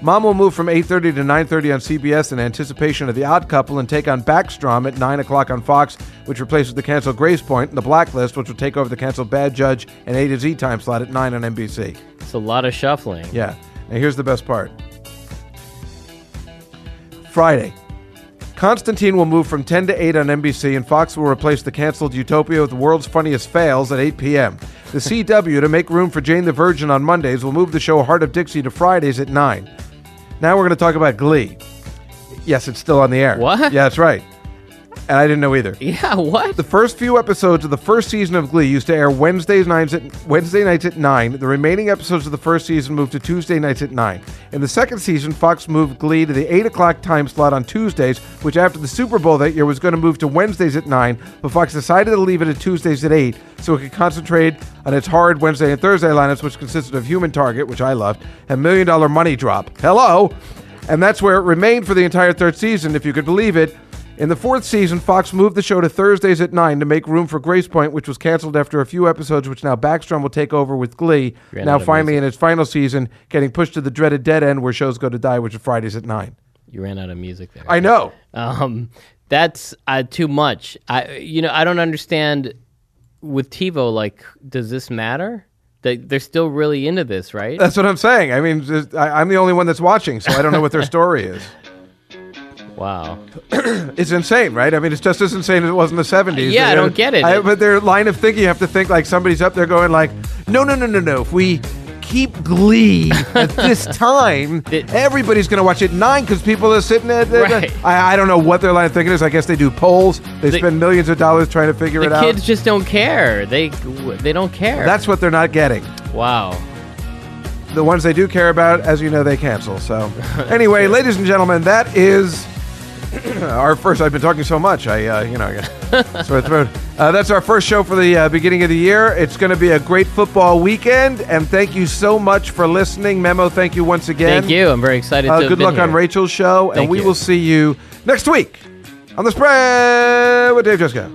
B: Mom will move from 8:30 to 9:30 on CBS in anticipation of The Odd Couple and take on Backstrom at 9 o'clock on Fox, which replaces the canceled Grace Point and The Blacklist, which will take over the canceled Bad Judge and A to Z time slot at 9 on NBC.
C: It's a lot of shuffling.
B: Yeah. And here's the best part. Friday. Constantine will move from 10 to 8 on NBC, and Fox will replace the canceled Utopia with the World's Funniest Fails at 8 p.m. The CW, to make room for Jane the Virgin on Mondays, will move the show Heart of Dixie to Fridays at 9. Now we're going to talk about Glee. Yes, it's still on the air.
C: What?
B: Yeah, that's right. And I didn't know either.
C: Yeah, what?
B: The first few episodes of the first season of Glee used to air Wednesdays nights at Wednesday nights at nine. The remaining episodes of the first season moved to Tuesday nights at nine. In the second season, Fox moved Glee to the eight o'clock time slot on Tuesdays, which after the Super Bowl that year was going to move to Wednesdays at nine, but Fox decided to leave it at Tuesdays at eight so it could concentrate on its hard Wednesday and Thursday lineups, which consisted of Human Target, which I loved, and Million Dollar Money Drop. Hello, and that's where it remained for the entire third season, if you could believe it. In the fourth season, Fox moved the show to Thursdays at 9 to make room for Grace Point, which was canceled after a few episodes, which now Backstrom will take over with Glee.
C: Ran
B: now,
C: out of
B: finally, in its final season, getting pushed to the dreaded dead end where shows go to die, which is Fridays at 9.
C: You ran out of music there.
B: I know.
C: Um, that's uh, too much. I, you know, I don't understand with TiVo. Like, does this matter? They, they're still really into this, right?
B: That's what I'm saying. I mean, just- I, I'm the only one that's watching, so I don't know what their story is.
C: wow.
B: It's insane, right? I mean, it's just as insane as it was in the 70s.
C: Yeah, I
B: You know,
C: don't get it.
B: I, but their line of thinking, you have to think like somebody's up there going like, no, no, no, no, no. If we keep Glee at this time,
C: It-
B: everybody's going to watch it nine because people are sitting at there.
C: Right.
B: I, I don't know what their line of thinking is. I guess they do polls. They
C: The-
B: spend millions of dollars trying to figure it
C: The
B: out.
C: kids just don't care. They they don't care.
B: That's what they're not getting.
C: wow.
B: The ones they do care about, as you know, they cancel. So, anyway, ladies and gentlemen, that is our first. I've been talking so much, I uh, you know, I got sore throat. Uh, that's our first show for the uh, beginning of the year. It's going to be a great football weekend, and thank you so much for listening, Memo. Thank you once again.
C: Thank you. I'm very excited.
B: Uh,
C: to have
B: good
C: been
B: luck on
C: here.
B: Rachel's show, and
C: Thank
B: we
C: you.
B: will see you next week on the spread with Dave Jessica.